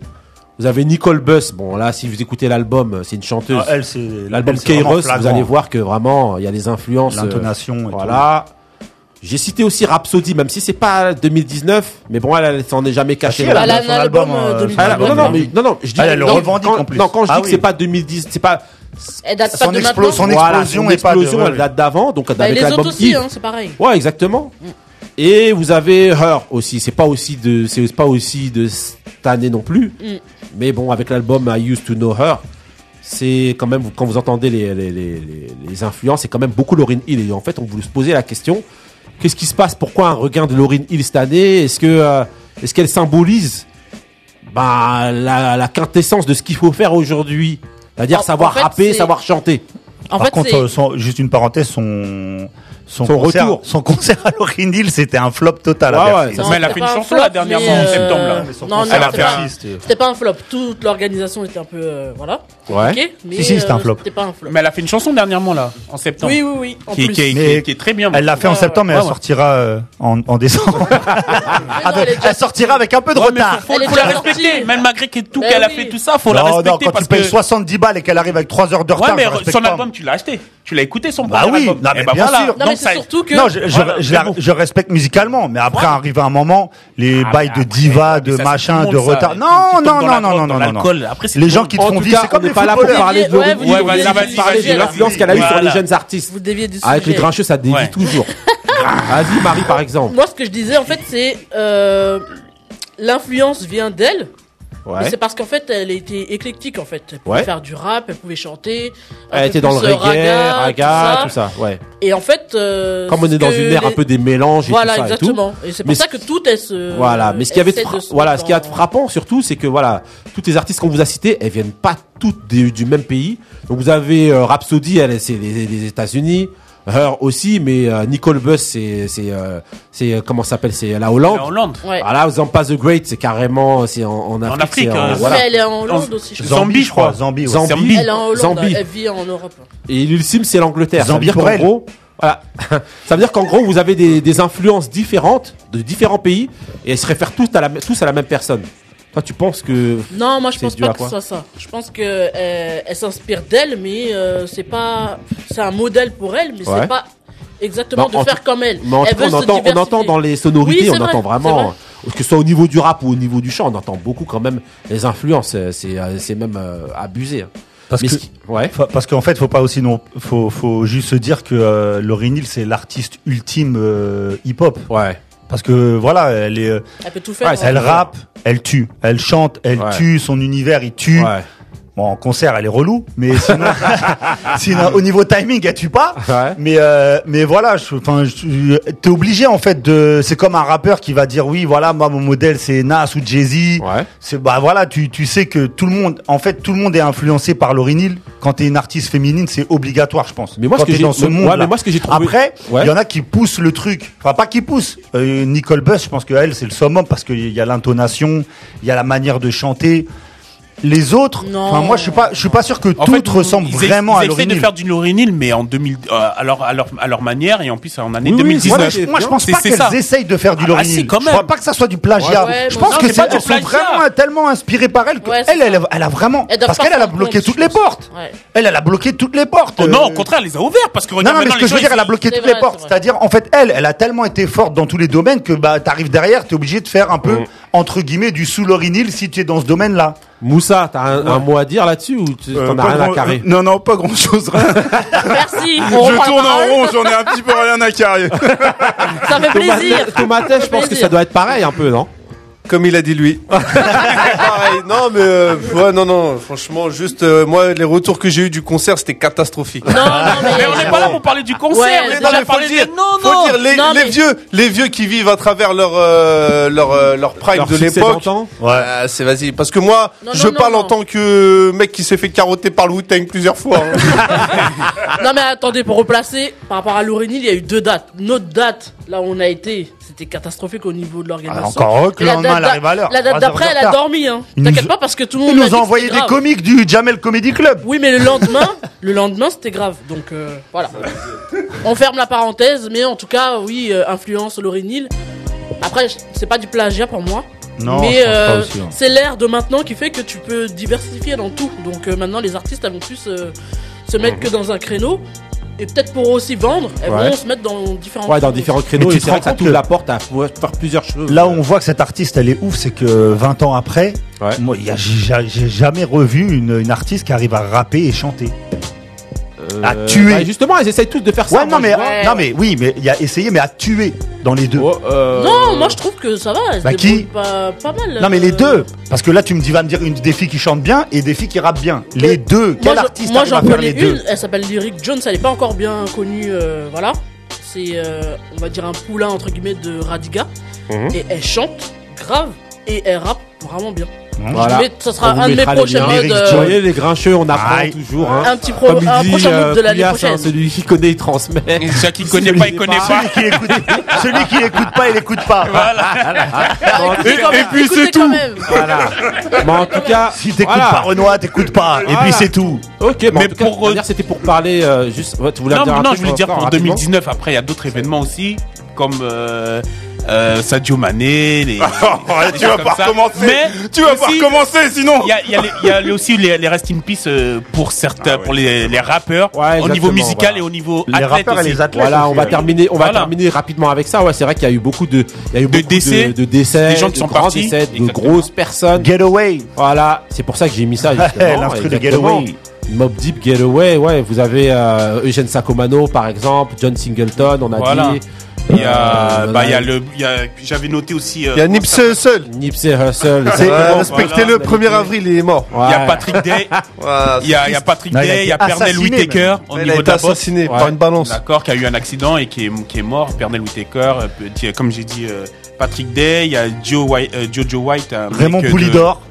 Vous avez Nicole Buss. Bon, là, si vous écoutez l'album, euh, c'est une chanteuse. Ah, elle, c'est L'album elle, c'est vraiment Kairos, vous flagrant. allez voir que vraiment il y a les influences. euh, L'intonation et Voilà. J'ai cité aussi Rhapsody, même si c'est pas 2019, mais bon, elle, elle s'en est jamais cachée. Ah, Si, elle a Elle a son un album, album, euh, euh, Ah, là, 2019. non, non, mais, non, non, je dis. Ah, Elle, elle le non, revendique quand- en plus. Non, quand je Ah dis que oui. c'est pas 2010, c'est pas. Elle date Son pas de explo- maintenant. son- voilà, explosion son et pas de- explosion, ouais, elle ouais. date d'avant, donc Bah, avec les autres l'album aussi, Eve. hein, c'est pareil. Ouais, exactement. Et vous avez Her aussi. C'est pas aussi de, c'est pas aussi de cette année non plus. Mm. Mais bon, avec l'album I Used to Know Her, c'est quand même quand vous entendez les les, les, les- les influences, c'est quand même beaucoup Lauryn Hill. Et en fait, on voulait se poser la question qu'est-ce qui se passe Pourquoi un regain de Lauryn Hill cette année Est-ce que euh, est-ce qu'elle symbolise bah, la, la quintessence de ce qu'il faut faire aujourd'hui, c'est-à-dire En- en savoir fait, rapper, c'est- savoir chanter En Par fait, contre, c'est- euh, son- juste une parenthèse, son, son, Son concert, retour. son concert à Lauryn Hill, c'était un flop total. à Ouais, Bercy. ouais, Non, Mais elle a c'était fait une pas un chanson, là, flop, dernièrement, mais, en euh, septembre, là. Mais son Non, non, concert elle a c'était fait pas- un- c'était pas un flop. Toute l'organisation était un peu. euh, Voilà. Ouais. Ok, mais, Si, si, c'était un euh, flop. C'était pas un flop. Mais elle a fait une chanson dernièrement, là, en septembre. Oui, oui, oui. En qui, est- plus. qui est- qui est- qui est très bien. Elle l'a fait en Ouais, septembre, mais ouais, elle ouais. sortira euh, en, en décembre. Mais non, Avec- elle est Ah, elle déjà- sortira avec un peu de Ouais, mais retard. faut, faut- Elle est faut la déjà sortie. respecter, même malgré que tout Mais qu'elle a oui. fait tout ça, Ah, faut la Non, non, respecter quand tu parce payes que 70 balles et qu'elle arrive avec 3 heures de Ouais, retard, je mais respecte son pas. album, tu l'as acheté. Tu l'as écouté son Bah premier oui, album. non, Eh mais ben bien voilà. sûr. Non, mais Donc ça- c'est surtout que. Non, je, je- Voilà, je mais la- bon. je respecte musicalement, mais après, Voilà. arrive un moment, les Ah, bails mais de après, diva, mais de ça, c'est machin, tout de le monde, ça. retard. Tu Non, tombes dans non, la non, drogue, non, dans non, non, non. l'alcool. Après, c'est Les tout gens le qui te En font tout vivre, cas, c'est on comme n'est les pas là pour footballeurs. hein. parler de Ouais, Lauryn vous Hill, Ouais, on voilà, va vas-y, parler de vas-y, l'influence vas-y. qu'elle a eue sur les Voilà. jeunes artistes. Ah, Vous déviez du sujet. Avec les grincheux, ça dévie <laughs> Ouais. toujours. Vas-y, Marie, par exemple. Moi, ce que je disais, en fait, c'est. euh, L'influence vient d'elle, mais Ouais. c'est parce qu'en fait elle était éclectique en fait. Elle pouvait Ouais. faire du rap, elle pouvait chanter. un Elle peu était dans le plus, euh, reggae, raga, tout ça. Ouais. Et en fait, euh, Comme on ce est dans que une ère un les- peu des mélanges et Voilà, tout ça et tout. exactement. Et, c'est pour Mais ça ce- que tout est se. Voilà, mais ce qui avait de essaie fra- se voilà, mettre ce qui a de en- frappant surtout, c'est que voilà, toutes les artistes qu'on vous a citées, elles viennent pas toutes des- du même pays. Donc vous avez euh, Rhapsody, elle c'est les, les États-Unis, Her aussi, mais euh, Nicole Buzz c'est c'est euh, c'est euh, comment ça s'appelle, c'est la Hollande. La Hollande. Ouais. Voilà, Zampa Ah the Great, c'est carrément c'est en, en Afrique, Afrique, c'est en- hein, voilà. Mais elle est en Hollande aussi, je crois. Zambie, je crois. Zambie, ouais. Zambie. Zambie. Elle est en Hollande, Zambie. elle vit en Europe. Et l'ultime, c'est l'Angleterre. Ça veut Zambie dire pour qu'en elle. gros, voilà. <laughs> Ça veut dire qu'en gros, vous avez des, des influences différentes de différents pays et elles se réfèrent tous à la, tous à la même personne. Toi, tu penses que. Non, moi je C'est pense dû pas à que quoi Bah, ce soit ça. Je pense que euh, elle s'inspire d'elle, mais euh, c'est pas, c'est un modèle pour elle, mais Ouais. c'est pas exactement Non, en de faire tout- comme elle. Mais en elle tout cas, veut on se entend, on diversifier. entend dans les sonorités, Oui, c'est on entend vrai, vraiment. c'est euh, Que ce soit au niveau du rap ou au niveau du chant, on entend beaucoup quand même les influences. euh, C'est euh, c'est même euh, abusé. hein. Parce Mais que- ce qui- ouais. Fa- Parce qu'en fait, faut pas aussi non, faut, faut juste se dire que euh, Lauryn Hill c'est l'artiste ultime euh, hip-hop. Ouais. Parce que voilà, elle est, euh, Elle peut tout faire. Ouais, c'est elle rappe, elle tue, elle chante, elle Ouais. tue, son univers il tue. Ouais. Bon, en concert, elle est relou, mais <laughs> sinon, <laughs> sinon, au niveau timing, elle tue pas. Ouais. Mais euh, mais voilà, je- enfin, je- t'es obligé en fait de, c'est comme un rappeur qui va dire oui, voilà, moi mon modèle c'est Nas ou Jay Z. Ouais. C'est bah voilà, tu, tu sais que tout le monde, en fait, tout le monde est influencé par Lauryn Hill. Quand t'es une artiste féminine, c'est obligatoire, je pense. Mais moi, ce Quand que t'es j'ai- dans ce ouais, monde, mais moi, ce que j'ai trouvé- Après, il Ouais. y en a qui poussent le truc. Enfin, pas qui poussent. Euh, Nicole Buss, je pense que elle, c'est le summum parce qu'il y a l'intonation, il y a la manière de chanter. Les autres, Non. enfin, moi, je suis pas, je suis pas sûr que En tout fait, ressemble ils- vraiment ils à Lauryn essaient de Hill. faire du Lauryn Hill, mais en 2000, euh, à, leur, à, leur, à leur manière et en plus en année Oui, oui, Voilà, 2019. c'est- je- moi, je pense C'est- pas c'est qu'elles ça. essayent de faire du Ah, Lauryn bah, Hill. si, quand Je crois même. pas que ça soit du plagiat. Ouais, ouais, je mais pense non, que c'est c'est pas du elles sont plagiat. vraiment tellement inspirées par elle. que Ouais, c'est elle, elle, ça. elle a vraiment. Elle doit Parce pas qu'elle elle a faire de bloqué compte, toutes je les pense. portes. Ouais. Elle, elle a bloqué toutes les portes. Oh non, Euh, au contraire, elle les a ouverts parce que Non, regarde non, mais maintenant ce que les je gens. veux dire, elle a ils- bloqué C'est toutes vrai, les c'est portes. vrai. C'est-à-dire, en fait, elle, elle a tellement été forte dans tous les domaines que bah, t'arrives derrière, t'es obligé de faire un Mm. peu, entre guillemets, du sous Lauryn Hill si tu es dans ce domaine-là. Moussa, t'as un, un mot à dire là-dessus ou tu- Euh, t'en as pas rien à grand- carrer Non, non, pas grand chose. Ah. <laughs> Merci. Ah, on reprend la Ah, je tourne en parole. rond, j'en ai un petit peu rien à carrer. <laughs> Ça fait plaisir. Tomatet, je pense que ça doit être pareil un peu, non Comme il a dit <laughs> lui. Pareil. Non mais euh, ouais, non non franchement juste euh, moi les retours que j'ai eu du concert c'était catastrophique. Non, non, mais. Ah. Mais on n'est pas là pour parler du Ouais, concert. on est mais là non, pour faut parler le dire, des- Non, faut non. le dire, les, non, les mais- vieux, les vieux qui vivent à travers leur euh, leur euh, leur prime Leur de succès l'époque. d'antan Euh, c'est vas-y parce que moi Non, je non, non, parle en non. tant que mec qui s'est fait carotter par le Wu-Tang plusieurs fois. hein. <laughs> Non, mais attendez, pour replacer, par rapport à Lauryn Hill, il y a eu deux dates. Notre date, là où on a été, c'était catastrophique au niveau de l'organisation. Ah, encore heureux que Et le la lendemain, date elle d'a- arrive à l'heure. La Trois date heures d'après, de elle a retard. dormi, hein. Ils T'inquiète nous- pas parce que tout le Ils monde. m'a nous dit ont que envoyé c'était des grave. comiques du Jamel Comedy Club. Oui, mais le <laughs> lendemain, le lendemain, c'était grave. Donc euh, voilà. On ferme la parenthèse, mais en tout cas, oui, euh, influence Lauryn Hill. Après, je- c'est pas du plagiat pour moi. Non, je mais pense pas euh, aussi, hein. c'est l'ère de maintenant qui fait que tu peux diversifier dans tout. Donc euh, maintenant, les artistes, elles vont plus euh, se mettre que dans un créneau. Et peut-être pour aussi vendre, elles Ouais. vont se mettre dans différents Ouais, dans créneaux. différents créneaux, tu et te c'est vrai rends que ça compte t'ouvre que- la porte à pouvoir faire plusieurs choses. Là où on voit que cette artiste, elle est ouf, c'est que 20 ans après, Ouais. moi, il y a- j'ai ja- j'ai jamais revu une, une artiste qui arrive à rapper et chanter. à Euh, tuer. bah, justement, ils essayent tous de faire ça. Ouais, non, moi, je mais, vois. non, mais oui, mais il y a essayé, mais à tuer dans les deux. Oh, euh, Non, moi je trouve que ça va. Elles se Bah, qui débrouillent pas, pas mal. Non mais les euh, deux Parce que là tu me dis va me dire une des filles qui chante bien et des filles qui rappent bien. Les deux Quel je- artiste moi, arrive j'en à faire les connais deux une, elle s'appelle Lyric Jones, elle est pas encore bien connue, euh, voilà. C'est, euh, on va dire, un poulain entre guillemets de Radiga. Et elle chante grave et elle rappe vraiment bien. Voilà. Mais ce sera On vous un de mes mettra les prochains liens. modes. Vous euh, voyez, les grincheux, on apprend Aïe. toujours. Hein. un petit pro- Comme il un dit, prochain euh, mode de l'année Poulias, hein, prochaine. celui qui connaît, il transmet. Celui <laughs> qui connaît pas, il connaît pas. Celui qui écoute, celui qui écoute pas, il écoute pas. Bah, écoutez quand même, puis, c'est écoutez quand tout. même. Voilà. <laughs> Mais en tout cas, Si t'écoutes voilà. pas Renoir, t'écoutes pas. Et Voilà. puis c'est tout. Ok, mais, en Mais tout cas, pour- de toute manière, c'était pour parler euh, juste. ouais, tu voulais Non, dire un non, truc je voulais dire encore pour rapidement 2019. Après, il y a d'autres événements aussi, comme euh, euh, Sadio Mané. Les, des Oh, tu choses vas Ah, comme pas ça. recommencer. Mais tu vas pas aussi, recommencer sinon. Il y a, il y a les- il y a les- aussi les, les rest in peace euh, pour certains, Ah ouais. pour les, les rappeurs, Ouais, au niveau exactement, musical voilà. et au niveau Les athlète rappeurs et aussi. les athlètes. Voilà, on va aussi, terminer, on va Voilà. terminer rapidement avec ça. Ouais, c'est vrai qu'il y a eu beaucoup de, il y a eu beaucoup décès, de, de décès, des gens qui de sont grands partis. décès, de Exactement. grosses personnes. Get away. Voilà, c'est pour ça que <laughs> j'ai mis ça justement. l'instru de exactement. Getaway. Mob Deep Getaway, ouais, vous avez euh, Eugène Sacomano par exemple, John Singleton, on a Voilà. dit. Il y a, Euh, bah, il y a voilà, le, il y a- j'avais noté aussi. euh, Il y a Nipsey seul. Nipsey Hussle. C'est- exactement. Respectez-le, Voilà. 1er avril, il est mort. il y a Ouais. Patrick <laughs> Day, Voilà, il y a, il y a Patrick Non, il a Day, il y a été Pernell assassiné, Whitaker au il a niveau été de la boxe. assassiné Ouais. par une balance. D'accord, qui a eu un accident et qui est, qui est mort, Pernell Whitaker, euh, petit, euh, comme j'ai dit, euh, Patrick Day, il y a Joe White, euh, Joe, Joe White un mec, Raymond euh, de- Poulidor.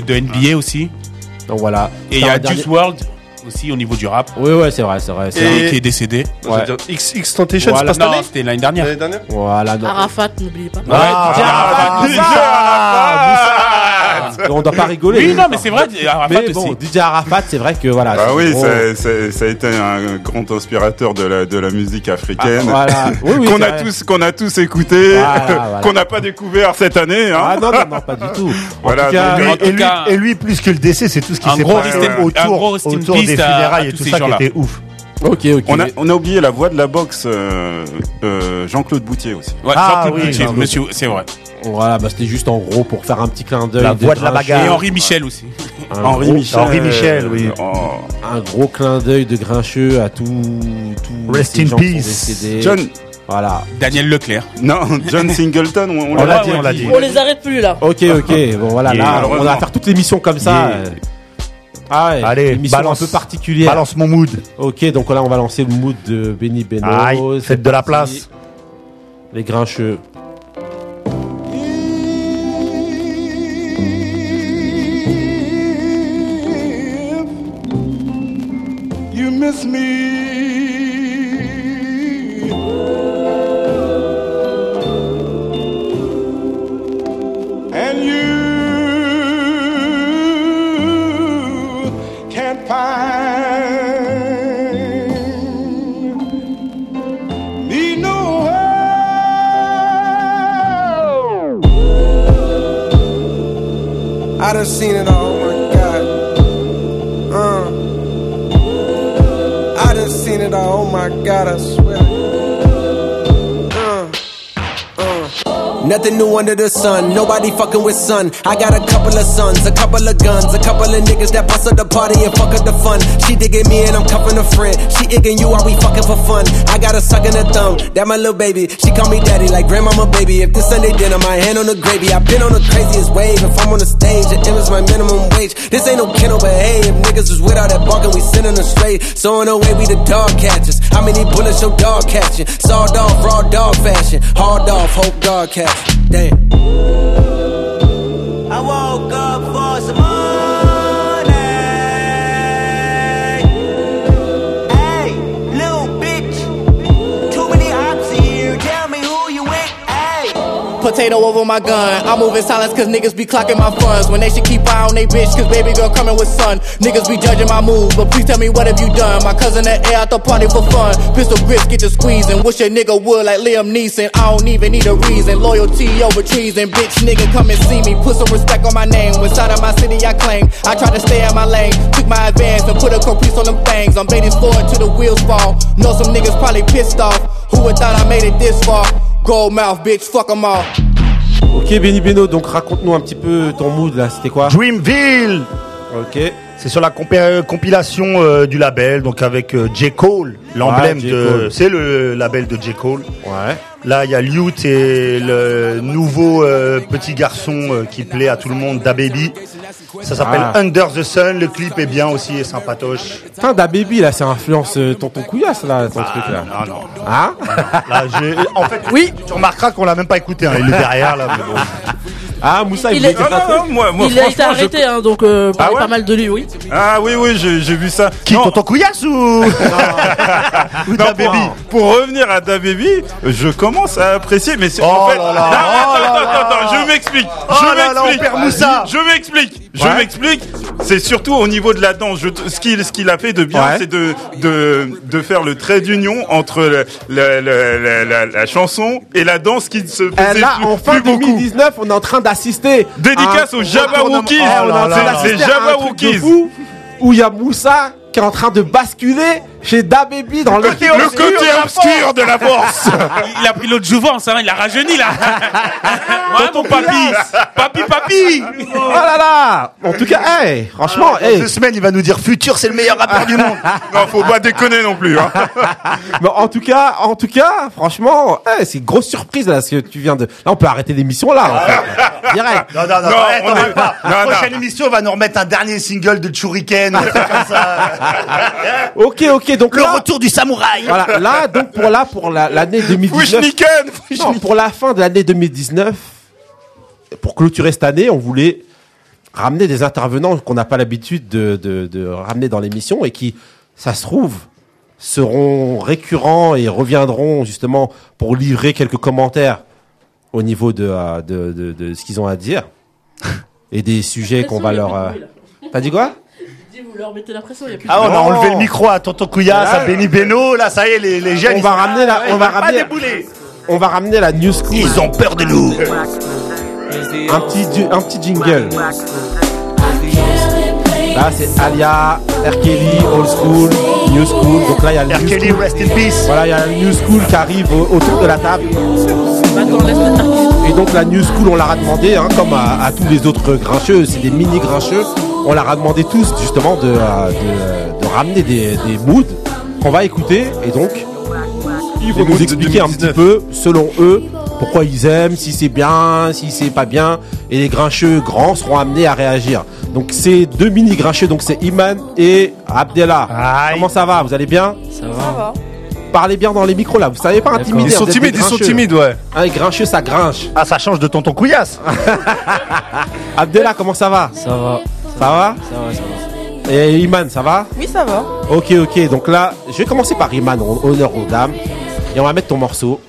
de, de NBA aussi, Ah. Donc voilà. et il y a Juice World aussi au niveau du rap, Oui, ouais, c'est vrai, c'est vrai. c'est Et- vrai. et qui est décédé. Ouais. Je veux dire, X, X Tentation, Voilà. c'est pas cette Non, année c'était l'année dernière. L'année dernière Ah, Voilà, non. euh, Arafat, n'oubliez pas. Ouais, tiens, Ah, Arafat, Arafat. Ah, On doit pas rigoler. <laughs> Oui, non, mais c'est vrai, Arafat Mais aussi. bon, DJ Arafat, c'est vrai que voilà. Bah c'est oui, gros. c'est- c'est- ça a été un grand inspirateur de la, de la musique africaine. <laughs> Ah, Voilà. Oui, oui, qu'on c'est a vrai. tous qu'on a tous écouté, Voilà, voilà. qu'on n'a pas découvert cette année. Hein. Ah non, non, non, pas du tout. En Voilà, tout cas, donc, En Lui- tout et, lui, cas, et lui, plus que le décès, c'est tout ce qui un s'est gros passé rest in- un autour, gros rest in autour peace des à- funérailles à et tous tout ces ça qui gens-là. était ouf. ok, ok. On a, on a oublié la voix de la boxe, euh, euh, Jean-Claude Boutier aussi. Ouais, Ah Jean-Claude oui, Gaultier, Jean-Claude. monsieur, c'est vrai. Voilà, bah, c'était juste en gros pour faire un petit clin d'œil. La des voix de la grincheux. bagarre. Et Henri Michel aussi. Un Henri gros- Michel. Henri Michel, oui. Oh. Un gros clin d'œil de grincheux à tout. tout Rest ces in gens qui sont peace. décédés. John, Voilà. Daniel Leclerc. non, John Singleton, on, on On l'a ouais, dit, on ouais, l'a qui- dit. On les arrête plus là. Ok, ok. Bon, voilà, Yeah. là, on va faire toute l'émission comme ça. Yeah. Ah ouais, Allez, une émission balance. un peu particulière. Balance mon mood. Ok, donc là, on va lancer le mood de Benny Beno. Aïe, C'est faites de la parti. place. Les grincheux. You miss me. And you can't find me Ah, nowhere. I done seen it all, my God. Uh. I done seen it all, oh my God, I swear. Uh. Nothing new under the sun. Nobody fucking with sun. I got a couple of sons, a couple of guns, a couple of niggas that bust up the party and fuck up the fun. She digging me and I'm cuffing a friend. She igging you while we fucking for fun. I got a suck in her thumb. That my little baby. She call me daddy like grandmama baby. If this Sunday dinner, my hand on the gravy. I've been on the craziest wave. If I'm on the stage, it was my minimum wage. This ain't no kennel, but hey, if niggas was with all that barking, we sending them straight. So in a way, we the dog catchers. How many bullets your dog catching? Sawed off, raw dog fashion. Hard off, hope dog catch. Damn. I woke up for some money. Hey, little bitch. Too many ops here. Tell me who you with. Hey. Potato over my gun. I move in silence cause niggas be clocking my funds. When they should keep eye on they bitch cause baby girl coming with son. Niggas be judging my moves, but please tell me what have you done? My cousin that air out the party for fun. Pistol grips get to squeezing. Wish a nigga would like Liam Neeson. I don't even need a reason. Loyalty over treason. Bitch nigga come and see me. Put some respect on my name. When side of my city I claim. I try to stay in my lane. Took my advance and put a caprice on them things. I'm baiting forward till the wheels fall. Know some niggas probably pissed off. Who would thought I made it this far? Gold mouth, bitch, fuck 'em all. Ok, Benny Beno, donc raconte-nous un petit peu ton mood là, c'était quoi Dreamville. Ok. C'est sur la compé- euh, compilation euh, du label, donc avec euh, J. Cole, l'emblème Ah, J. de. Cole. C'est le label de J. Cole. Ouais. Là, il y a Lute et le nouveau euh, petit garçon euh, qui plaît à tout le monde, Da Baby. Ça s'appelle Ah. Under the Sun. Le clip est bien aussi et sympatoche. Putain, Da Baby là, c'est influence euh, tonton couillasse là, ton truc là. Ah, non, non. Hein Là, j'ai- en fait, oui. tu remarqueras qu'on l'a même pas écouté. hein. Il est derrière là. mais bon. Ah, Moussa, il, Il voulait est- dire un Non, non, truc. moi, moi, il a été franchement, je- arrêté, hein, donc euh, on Ah parle ouais pas mal de lui, oui. Ah oui, oui, j'ai j'ai vu ça. Qui <laughs> Non, Tonton Couillasse ou Ou non, ta pour, baby pour revenir à Da Baby, je commence à apprécier, mais c'est en Oh fait. là là, Non, <laughs> oh attends, là attends, là. attends, je m'explique. Oh je là là, on m'explique. perd Moussa. Je m'explique. Je Ouais. m'explique. C'est surtout au niveau de la danse. Je- ce qu'il ce qu'il a fait de bien, Ouais. c'est de, de de faire le trait d'union entre le- le- le- la, la- la chanson et la danse qui se Eh, faisait là, plus- en fin plus beaucoup. 2019, on est en train d'assister. Dédicace à un aux Jabba retournement- Wookiees. Eh, on est en Oh là train là. d'assister Les à un Jabba truc de Wookiees. fou Où il y a Moussa qui est en train de basculer chez Da Baby dans le côté Le côté obscur de la force. <laughs> <laughs> Il a pris l'autre jouvence, hein, il a rajeuni <laughs> là. ouais, mon papy, papy, papy. Oh là là En tout cas, hey, franchement, Ah, Dans hey, deux semaines, il va nous dire Futur, c'est le meilleur rappeur du <laughs> monde. Non, faut pas déconner non plus. hein. mais en tout cas, en tout cas, franchement, hey, c'est une grosse surprise là ce que tu viens de. Là, on peut arrêter l'émission là. en <laughs> fait. Direct. Non, non, non, Non, eh, on t'en est- veux pas. Non, Prochaine non. émission, on va nous remettre un dernier single de Churiken, ou un truc comme <laughs> ça. <laughs> Ok, ok. Donc Le là, retour du samouraï. voilà, <laughs> là, donc pour là, pour la- l'année 2019. Fouchniken, Non, pour la fin de l'année 2019, pour clôturer cette année, on voulait ramener des intervenants qu'on n'a pas l'habitude de, de- de ramener dans l'émission et qui, ça se trouve, seront récurrents et reviendront justement pour livrer quelques commentaires au niveau de, euh, de, de- de ce qu'ils ont à dire et des sujets qu'on va leur. euh, T'as dit quoi Dis, vous leur mettez la pression, il y a plus Ah, on a Non. enlevé le micro à Tonton Couillasse, à Benny Beno. Là, ça y est, les, les jeunes. On ils va sont- ramener la- Ah, on ils va veulent pas ramener- débouler. On va ramener la New School. Ils ont peur de nous. Un petit, ju- un petit jingle. Là, c'est Alia, R. Kelly, Old School, New School. Donc là, il y a le R. New Kelly, School. rest in peace. Voilà, il y a la New School qui arrive au- autour de la table. de- Attends, laisse le- Et donc, la New School, on leur a demandé, hein, comme à, à tous les autres grincheux, c'est des mini grincheux, on leur a demandé tous, justement, de, euh, de- de ramener des, des moods qu'on va écouter. Et donc, ils vont moods nous de expliquer un petit 2019. peu, selon eux, pourquoi ils aiment, si c'est bien, si c'est pas bien. Et les grincheux grands seront amenés à réagir. Donc, c'est deux mini grincheux, donc c'est Iman et Abdella. Aïe. Comment ça va Vous allez bien Ça va. Parlez bien dans les micros là, vous savez pas intimider. Ils sont vous êtes timides, des ils sont grincheux. timides, ouais. Hein, les grincheux, ça grinche. Ah, ça change de Tonton <laughs> Couillasse. Abdella, comment ça va Ça va. Ça va Ça va, ça va. Et Iman, ça va Oui, ça va. Ok, ok, donc là, je vais commencer par Iman, hon- honneur aux dames. Et on va mettre ton morceau.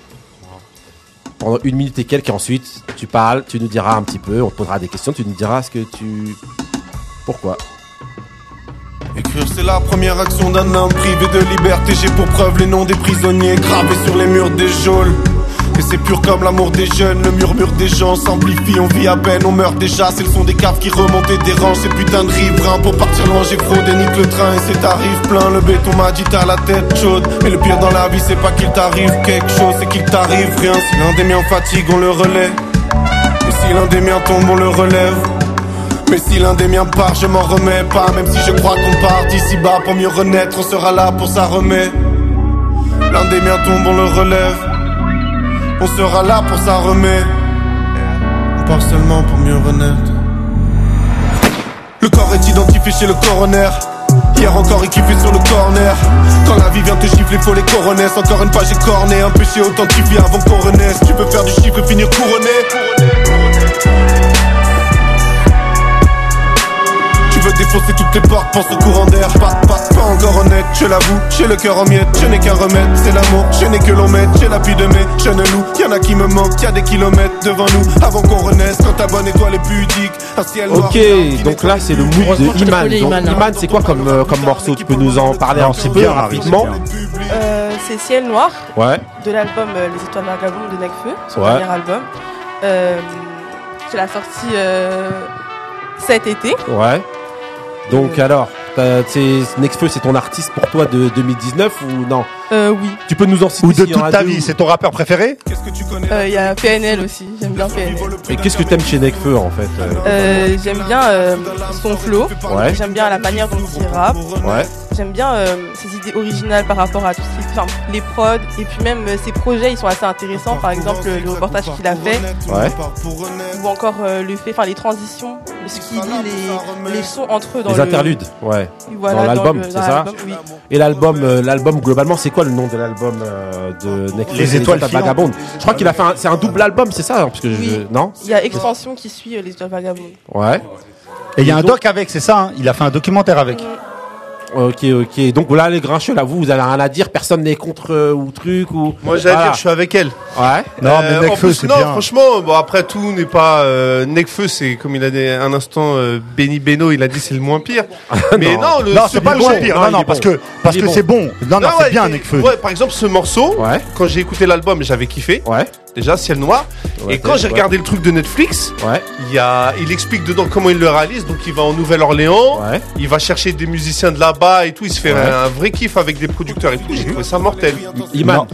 Pendant une minute et quelques, et ensuite, tu parles, tu nous diras un petit peu, on te posera des questions, tu nous diras ce que tu. Pourquoi Écrire c'est la première action d'un homme privé de liberté J'ai pour preuve les noms des prisonniers gravés sur les murs des geôles Et c'est pur comme l'amour des jeunes, le murmure des gens s'amplifie On vit à peine, on meurt déjà, c'est le son des caves qui remontent et dérangent Ces putains de riverains, pour partir loin j'ai fraudé, nique le train et c'est tarif plein Le béton m'a dit t'as la tête chaude Mais le pire dans la vie c'est pas qu'il t'arrive quelque chose, c'est qu'il t'arrive rien Si l'un des miens fatigue on le relaie Et si l'un des miens tombe on le relève mais si l'un des miens part, je m'en remets pas. Même si je crois qu'on part d'ici bas pour mieux renaître, on sera là pour ça remet. L'un des miens tombe, on le relève. On sera là pour ça remet. On part seulement pour mieux renaître. Le corps est identifié chez le coroner. Hier encore, il kiffait sur le corner. Quand la vie vient te chiffler, faut les coronets. Encore une page écornée, un péché authentifié avant qu'on renaisse. Tu peux faire du chiffre et finir couronné. Tu veux défoncer toutes les portes, pense au courant d'air. Pas, pas, pas encore honnête, je l'avoue. J'ai le cœur en miettes, je n'ai qu'un remède, c'est l'amour. Je n'ai que l'omètre, j'ai l'appui de mes jeunes loups. Y'en a qui me manquent, y a des kilomètres devant nous. Avant qu'on renaisse, quand ta bonne étoile est pudique, un ciel noir. Ok, donc là, c'est le mood Heureusement que de je te Iman. connais, Donc, Iman, hein. Iman, c'est quoi comme, euh, comme morceau Tu peux nous en parler un petit c'est peu bien, Harry, c'est rapidement bien. Euh, c'est Ciel Noir Ouais, de l'album euh, Les Étoiles Vagabondes de Nekfeu, son Ouais. dernier album. Euh, je l'ai sorti euh, cet été. ouais. Donc alors, t'as- c'est- Nexfeu, c'est ton artiste pour toi de 2019 ou non Euh, oui. Tu peux nous en citer Ou de s'il y en toute a ta deux vie, ou- c'est ton rappeur préféré Euh, Il y a PNL aussi. J'aime bien PNL. Et qu'est-ce que t'aimes chez Nekfeu en fait euh Euh, j'aime bien euh, son flow. Ouais. J'aime bien la manière dont il rappe. Ouais. j'aime bien euh, ces idées originales par rapport à tout ce qui enfin, les prods et puis même euh, ces projets ils sont assez intéressants par exemple le reportage qu'il a fait Ouais. ou encore euh, le fait enfin les transitions ce qu'il dit les, les sons entre eux dans les le- interludes, ouais. Voilà, dans dans l'album, le- c'est dans ça l'album, oui. Et l'album, euh, l'album globalement, c'est quoi le nom de l'album euh, de Nekfeu, Les Étoiles filantes. vagabondes Je crois qu'il a fait, un- c'est un double album, c'est ça hein, Parce que je- Oui. non il y a expansion qui suit euh, les Étoiles vagabondes Ouais. Et il y a un doc avec, c'est ça hein Il a fait un documentaire avec. Ok, ok. Donc là, les grincheux, là, vous, vous avez rien à dire. Personne n'est contre euh, ou truc ou. Moi, j'allais dire, je suis avec elle. Ouais. Euh, en plus, non, franchement, bon, après tout n'est pas euh, Necfeu, c'est comme il a dit un instant euh, Benny Beno, il a dit c'est le moins <laughs> pire. Mais non, le- Ah, non ce c'est pas le moins projet- pire. Non, non, parce que parce que c'est bon. Non, non, ouais, c'est bien et- Nekfeu. Ouais, par exemple, ce morceau, quand j'ai écouté l'album, j'avais kiffé. Déjà, Ciel Noir. Ouais, et quand j'ai ouais. regardé le truc de Netflix, il, y a, il explique dedans comment il le réalise. Donc, il va en Nouvelle-Orléans, il va chercher des musiciens de là-bas et tout. Il se fait Ouais. un vrai kiff avec des producteurs et tout. J'ai trouvé ça mortel. Iman.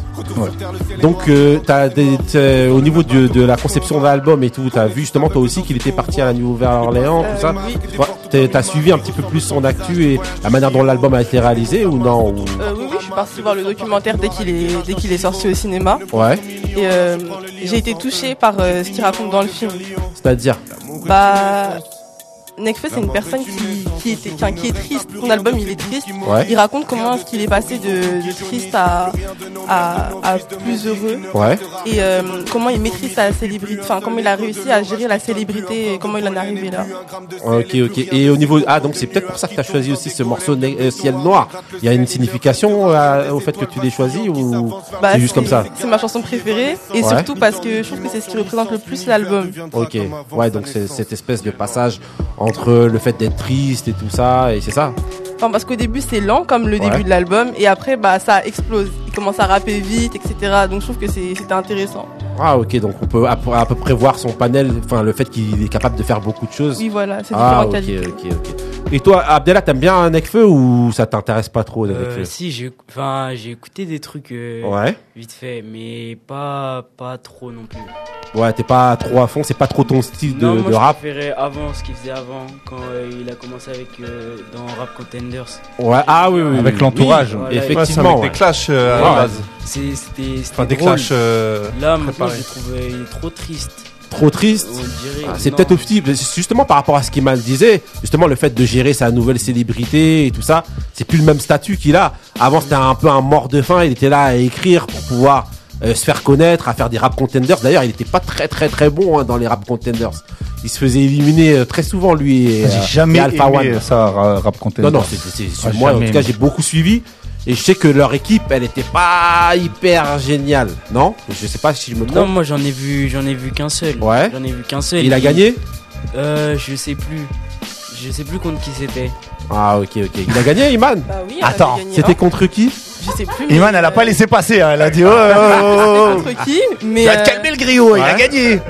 Donc, euh, t'as des, t'es- euh, au niveau de, de la conception de l'album et tout, t'as vu justement toi aussi qu'il était parti à la Nouvelle-Orléans, tout ça. Ouais, t'es- T'as suivi un petit peu plus son actu et la manière dont l'album a été réalisé ou non ou- Euh, oui oui je suis partie voir le documentaire dès qu'il est dès qu'il est sorti au cinéma Ouais. et euh, j'ai été touchée par euh, ce qu'il raconte dans le film C'est-à-dire. Bah. Nekfeu, c'est une personne qui, qui, était, enfin, qui est triste. Son album, il est triste. Ouais. Il raconte comment est-ce qu'il est passé de, de triste à, à, à plus heureux. Ouais. Et euh, comment il maîtrise sa célébrité, enfin, comment il a réussi à gérer la célébrité et comment il en est arrivé là. Ok, ok. Et au niveau. Ah, donc c'est peut-être pour ça que tu as choisi aussi ce morceau de euh, Ciel Noir. Il y a une signification euh, au fait que tu l'aies choisi ou Bah, c'est juste comme ça C'est ma chanson préférée. Et Ouais. surtout parce que je trouve que c'est ce qui représente le plus l'album. Ok, ouais, donc c'est cette espèce de passage entre le fait d'être triste et tout ça, et c'est ça Enfin, parce qu'au début, c'est lent, comme le Ouais. début de l'album. Et après, bah, ça explose. Il commence à rapper vite, etc. Donc, je trouve que c'est- c'était intéressant. Ah, ok, donc on peut à, peu- à peu près voir son panel, enfin le fait qu'il est capable de faire beaucoup de choses. Oui, voilà, c'est Ah, ok, différentes ok, ok. Et toi, Abdallah, t'aimes bien un Nekfeu ou ça t'intéresse pas <laughs> trop Euh, Nekfeu si, j'ai, enfin, j'ai écouté des trucs euh, Ouais. vite fait, mais pas, pas trop non plus. Ouais, t'es pas trop à fond, c'est pas trop ton style de, non, moi, de rap. je préférais avant ce qu'il faisait avant, quand euh, il a commencé avec euh, dans Rap Contenders. Ouais, ah oui, oui, oui. Oui, voilà, effectivement. avec des clashs, euh, à la Ouais. base. C'est- C'était c'était Enfin, des drôle. clashs, euh, Là, maintenant, préparés. je le trouve euh, il est trop triste. Trop triste. On dirait, Ah, c'est non. peut-être aussi c'est justement par rapport à ce qu'Iman disait, justement le fait de gérer sa nouvelle célébrité et tout ça, c'est plus le même statut qu'il a. Avant c'était un peu un mort de faim, il était là à écrire pour pouvoir euh, se faire connaître, à faire des rap contenders. D'ailleurs, il était pas très très très bon hein, dans les rap contenders. Il se faisait éliminer euh, très souvent lui et, euh, Ah, J'ai jamais et Alpha aimé One. ça, Ah, Ra- Rap Content. Non non, c'est- c'est- c'est- moi en tout cas j'ai beaucoup suivi et je sais que leur équipe, elle était pas hyper géniale, non Je sais pas si je me trompe. Non, moi j'en ai vu, j'en ai vu qu'un seul. Ouais. J'en ai vu qu'un seul. Il a gagné Euh, je sais plus. Je sais plus contre qui c'était. Ah ok ok. Il a gagné Iman Bah oui, Attends, C'était contre qui Oh. Je sais plus. mais- euh, Iman, elle a pas laissé passer. Ah, hein, Elle a dit oh, oh, oh, oh. Contre qui Mais, Tu vas euh, te calmer le griot. Il a Ouais. gagné.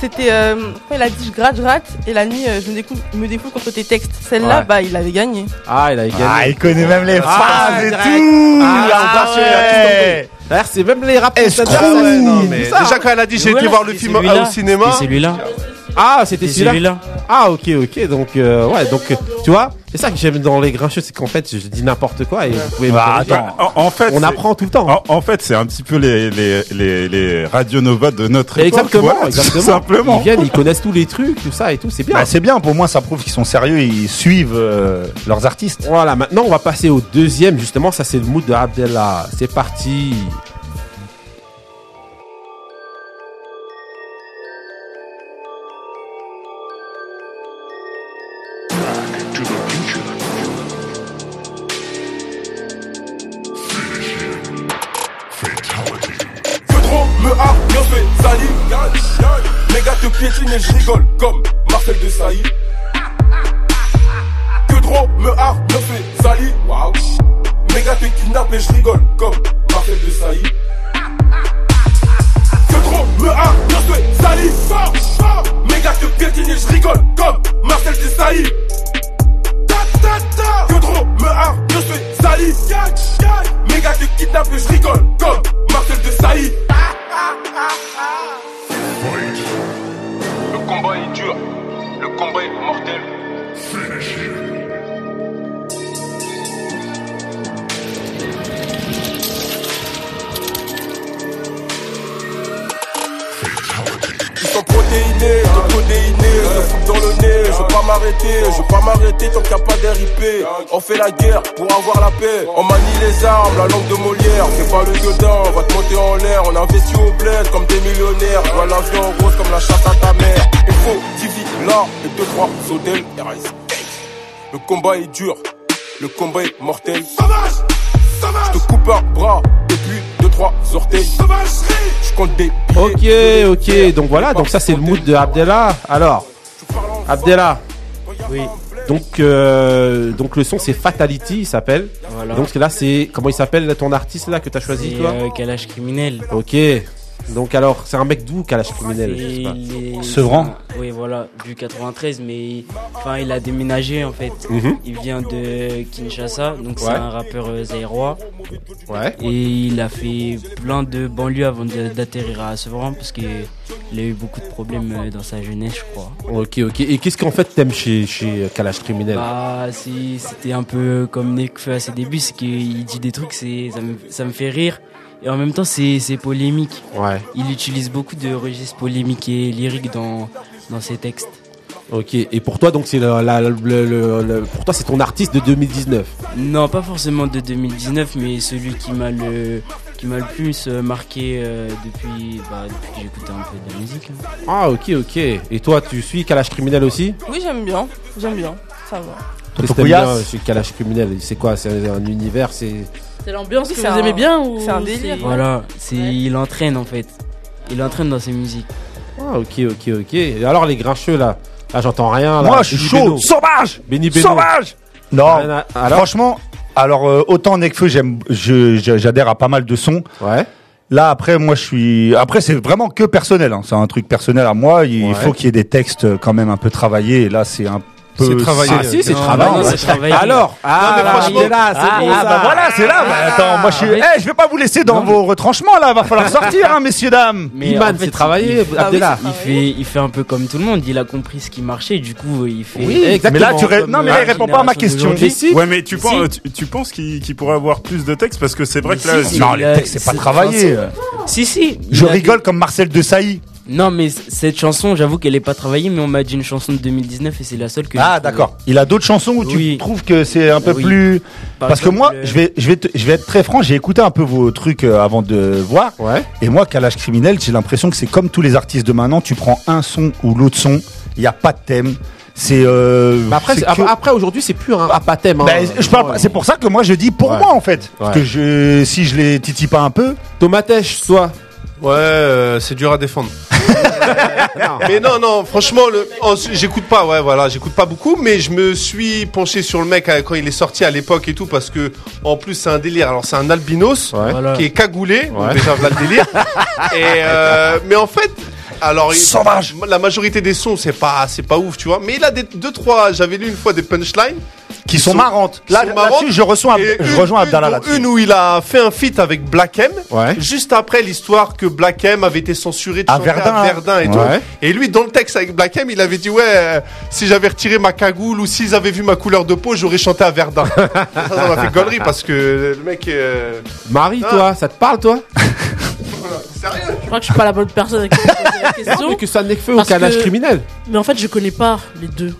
C'était. euh, quand il a dit je gratte, je rate, et la nuit, euh, je me découvre, me défoule contre tes textes. Celle-là, Ouais. bah, il avait gagné. Ah, il a gagné. Ah, il connaît même les Ah, phrases et direct. tout. Ah, Ah, bien sûr, il a tout ouais. compris. D'ailleurs, c'est même les rap Ah ouais, non, mais déjà quand elle a dit j'ai Ouais, été voir le c'est film celui-là. au cinéma. C'est celui-là. Ah, c'était C'est celui-là. celui-là. Ah, ok, ok. Donc, euh, ouais, donc, euh, tu vois, c'est ça que j'aime dans les grincheux, c'est qu'en fait, je dis n'importe quoi et vous pouvez me Bah, corriger. En, en fait, Bah, on apprend tout le temps. hein. En, en fait, c'est un petit peu les, les, les, les Radio Nova de notre époque. Exactement, voilà, tout exactement. simplement. Ils viennent, ils connaissent tous les trucs, tout ça et tout, c'est bien. Bah, c'est bien, pour moi ça prouve qu'ils sont sérieux, ils suivent euh, leurs artistes. Voilà, maintenant on va passer au deuxième, justement, ça c'est le mood de Abdella. C'est parti. Feu trop me a bien fait salir Les gars te piétinent et je rigole comme Marcel de Sailly Que trop me a bien fait salir Waouh Mes gars te kidnappent et je rigole comme Marcel de Sailly Que trop me a bien fait salir Fort, fort. Mes gars te piétinent et je rigole comme Marcel de Sailly Ta, ta, ta. Que trop me a bien fait salir Mes gars te kidnappent et je rigole comme Marcel de Sailly Le combat est dur, le combat est mortel. pas m'arrêter, je vais pas m'arrêter tant qu'il n'y a pas d'RIP. On fait la guerre pour avoir la paix. On manie les armes, la langue de Molière. Fais pas le dedans, on va te monter en l'air. On investit au bled comme des millionnaires. Je vois la vie en rose comme la chatte à ta mère. Il faut diviser là, et deux, trois, sauter, et rise. Le combat est dur, le combat est mortel. Sauvage, sauvage. Je te coupe un bras depuis deux, trois orteils. Sauvagerie. Je compte des Ok, ok, donc voilà, donc ça c'est le mood de Abdella. Alors, Abdella. Oui. Donc, euh, donc le son c'est Fatality, il s'appelle. Voilà. Donc là c'est comment il s'appelle là, ton artiste là que t'as choisi C'est, toi euh, Kalash criminel. Ok. Donc alors c'est un mec d'où Kalash criminel je sais pas. Il est- Oui, voilà, du 93, mais il- enfin, il a déménagé en fait. Mhm. Il vient de Kinshasa, donc c'est Ouais. un rappeur euh, zaïrois. Ouais. Et il a fait plein de banlieues avant de- d'atterrir à Sevran parce qu'il a eu beaucoup de problèmes euh, dans sa jeunesse, je crois. Ok, ok. Et qu'est-ce qu'en fait t'aimes chez chez Kalash criminel Bah, si, c'était un peu comme Nekfeu à ses débuts, c'est qu'il dit des trucs, c'est, ça, me, ça me fait rire. Et en même temps, c'est, c'est polémique. Ouais. Il utilise beaucoup de registres polémiques et lyriques dans, dans ses textes. Ok. Et pour toi donc c'est la, la- le- le- le- pour toi c'est ton artiste de 2019. Non, pas forcément de 2019, mais celui qui m'a le, qui m'a le plus euh, marqué euh, depuis, bah, depuis que j'écoutais un peu de la musique. hein. Ah ok, ok. Et toi tu suis Kalash criminel aussi Oui, j'aime bien. J'aime bien. Ça va. Qu'est-ce que t'aimes Kouyas bien euh, chez Kalash criminel C'est quoi C'est un univers C'est C'est l'ambiance Oui, que vous c'est un- aimez bien ou c'est un délire. c'est- Voilà, c'est, il entraîne en fait. Il entraîne dans ses musiques. Ah ok ok ok. Et alors les grincheux là, là j'entends rien. Là. Moi, je suis Benny chaud, Beno. sauvage, Benny Beno. sauvage. Non, Rien à- alors franchement, alors euh, autant Nekfeu, j'aime, je- je- j'adhère à pas mal de sons. Ouais. Là après, moi je suis. Après, c'est vraiment que personnel. hein. C'est un truc personnel à moi. Il Ouais. faut qu'il y ait des textes euh, quand même un peu travaillés. Et là, c'est un peu. C'est travaillé. Ah, si, c'est Non, travaillé. non, c'est travaillé. Alors, ah, mais là, franchement- il est là, c'est ah, bon, ah, ça. Ah, bah voilà, c'est là. Bah, attends, moi je suis. Eh, je vais pas vous laisser dans vos retranchements là. Va <laughs> falloir sortir, hein, messieurs dames. Mais en fait, Ah il- il- Abdella. il fait, il fait un peu comme tout le monde. Il a compris ce qui marchait, du coup, il fait. Oui, exactement. Mais là, tu ré- non, mais là, il répond pas à ma question. d'aujourd'hui. Ouais, mais tu Si. penses, tu, tu penses qu'il qu'il pourrait avoir plus de textes parce que c'est vrai Mais que là, si, si, non, il les a- textes, c'est pas travaillé. Si, si. Je il a- rigole comme Marcel de Sailly. Non, mais c- cette chanson, j'avoue qu'elle est pas travaillée, mais on m'a dit une chanson de 2019 et c'est la seule que. Ah d'accord. Il a d'autres chansons où tu trouves que c'est un peu Oui. plus. Par Parce que moi, exemple, euh, je vais, je vais, te- je vais être très franc. J'ai écouté un peu vos trucs euh, avant de voir. Et moi, Kalash criminel, j'ai l'impression que c'est comme tous les artistes de maintenant. Tu prends un son ou l'autre son. Il n'y a pas de thème. C'est. euh, Mais Bah, après c'est c'est- que- après aujourd'hui c'est plus un rap à thème. hein. Ben, je parle pas- C'est pour ça que moi je dis pour moi en fait. Parce Ouais. que je, si je les titille pas un peu. Tomatèche, toi. Ouais, euh, c'est dur à <laughs> défendre. mais non, non, franchement, le... oh, j'écoute pas, ouais, voilà, j'écoute pas beaucoup, mais je me suis penché sur le mec euh, quand il est sorti à l'époque et tout, parce que, en plus, c'est un délire. Alors, c'est un albinos Voilà. qui est cagoulé, donc Ouais. déjà, voilà le <laughs> délire. et, euh, mais en fait, alors, il- Sauvage. la majorité des sons, c'est pas, c'est pas ouf, tu vois, mais il a des deux, trois, j'avais lu une fois des punchlines. Qui sont marrantes. qui Là- sont là-dessus, marrantes. je reçois Ab- Et je une- rejoins une- Abdallah dont là-dessus. Une où il a fait un feat avec Black M, Ouais. juste après l'histoire que Black M avait été censuré de À chanter Verdun. à Verdun et Ouais. tout. Et lui, dans le texte avec Black M, il avait dit ouais, euh, si j'avais retiré ma cagoule ou s'ils avaient vu ma couleur de peau, j'aurais chanté à <laughs> Verdun. ça, ça m'a fait gollerie parce que le mec. euh, Marie toi, ça te parle <laughs> toi Je crois que je suis pas la bonne personne à qui poser la question. Mais que ça n'est que feu au Parce Kalash que- criminel. Mais en fait, je connais pas les deux.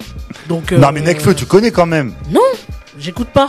Donc, euh, Non mais Nekfeu, tu connais quand même. Non, j'écoute pas.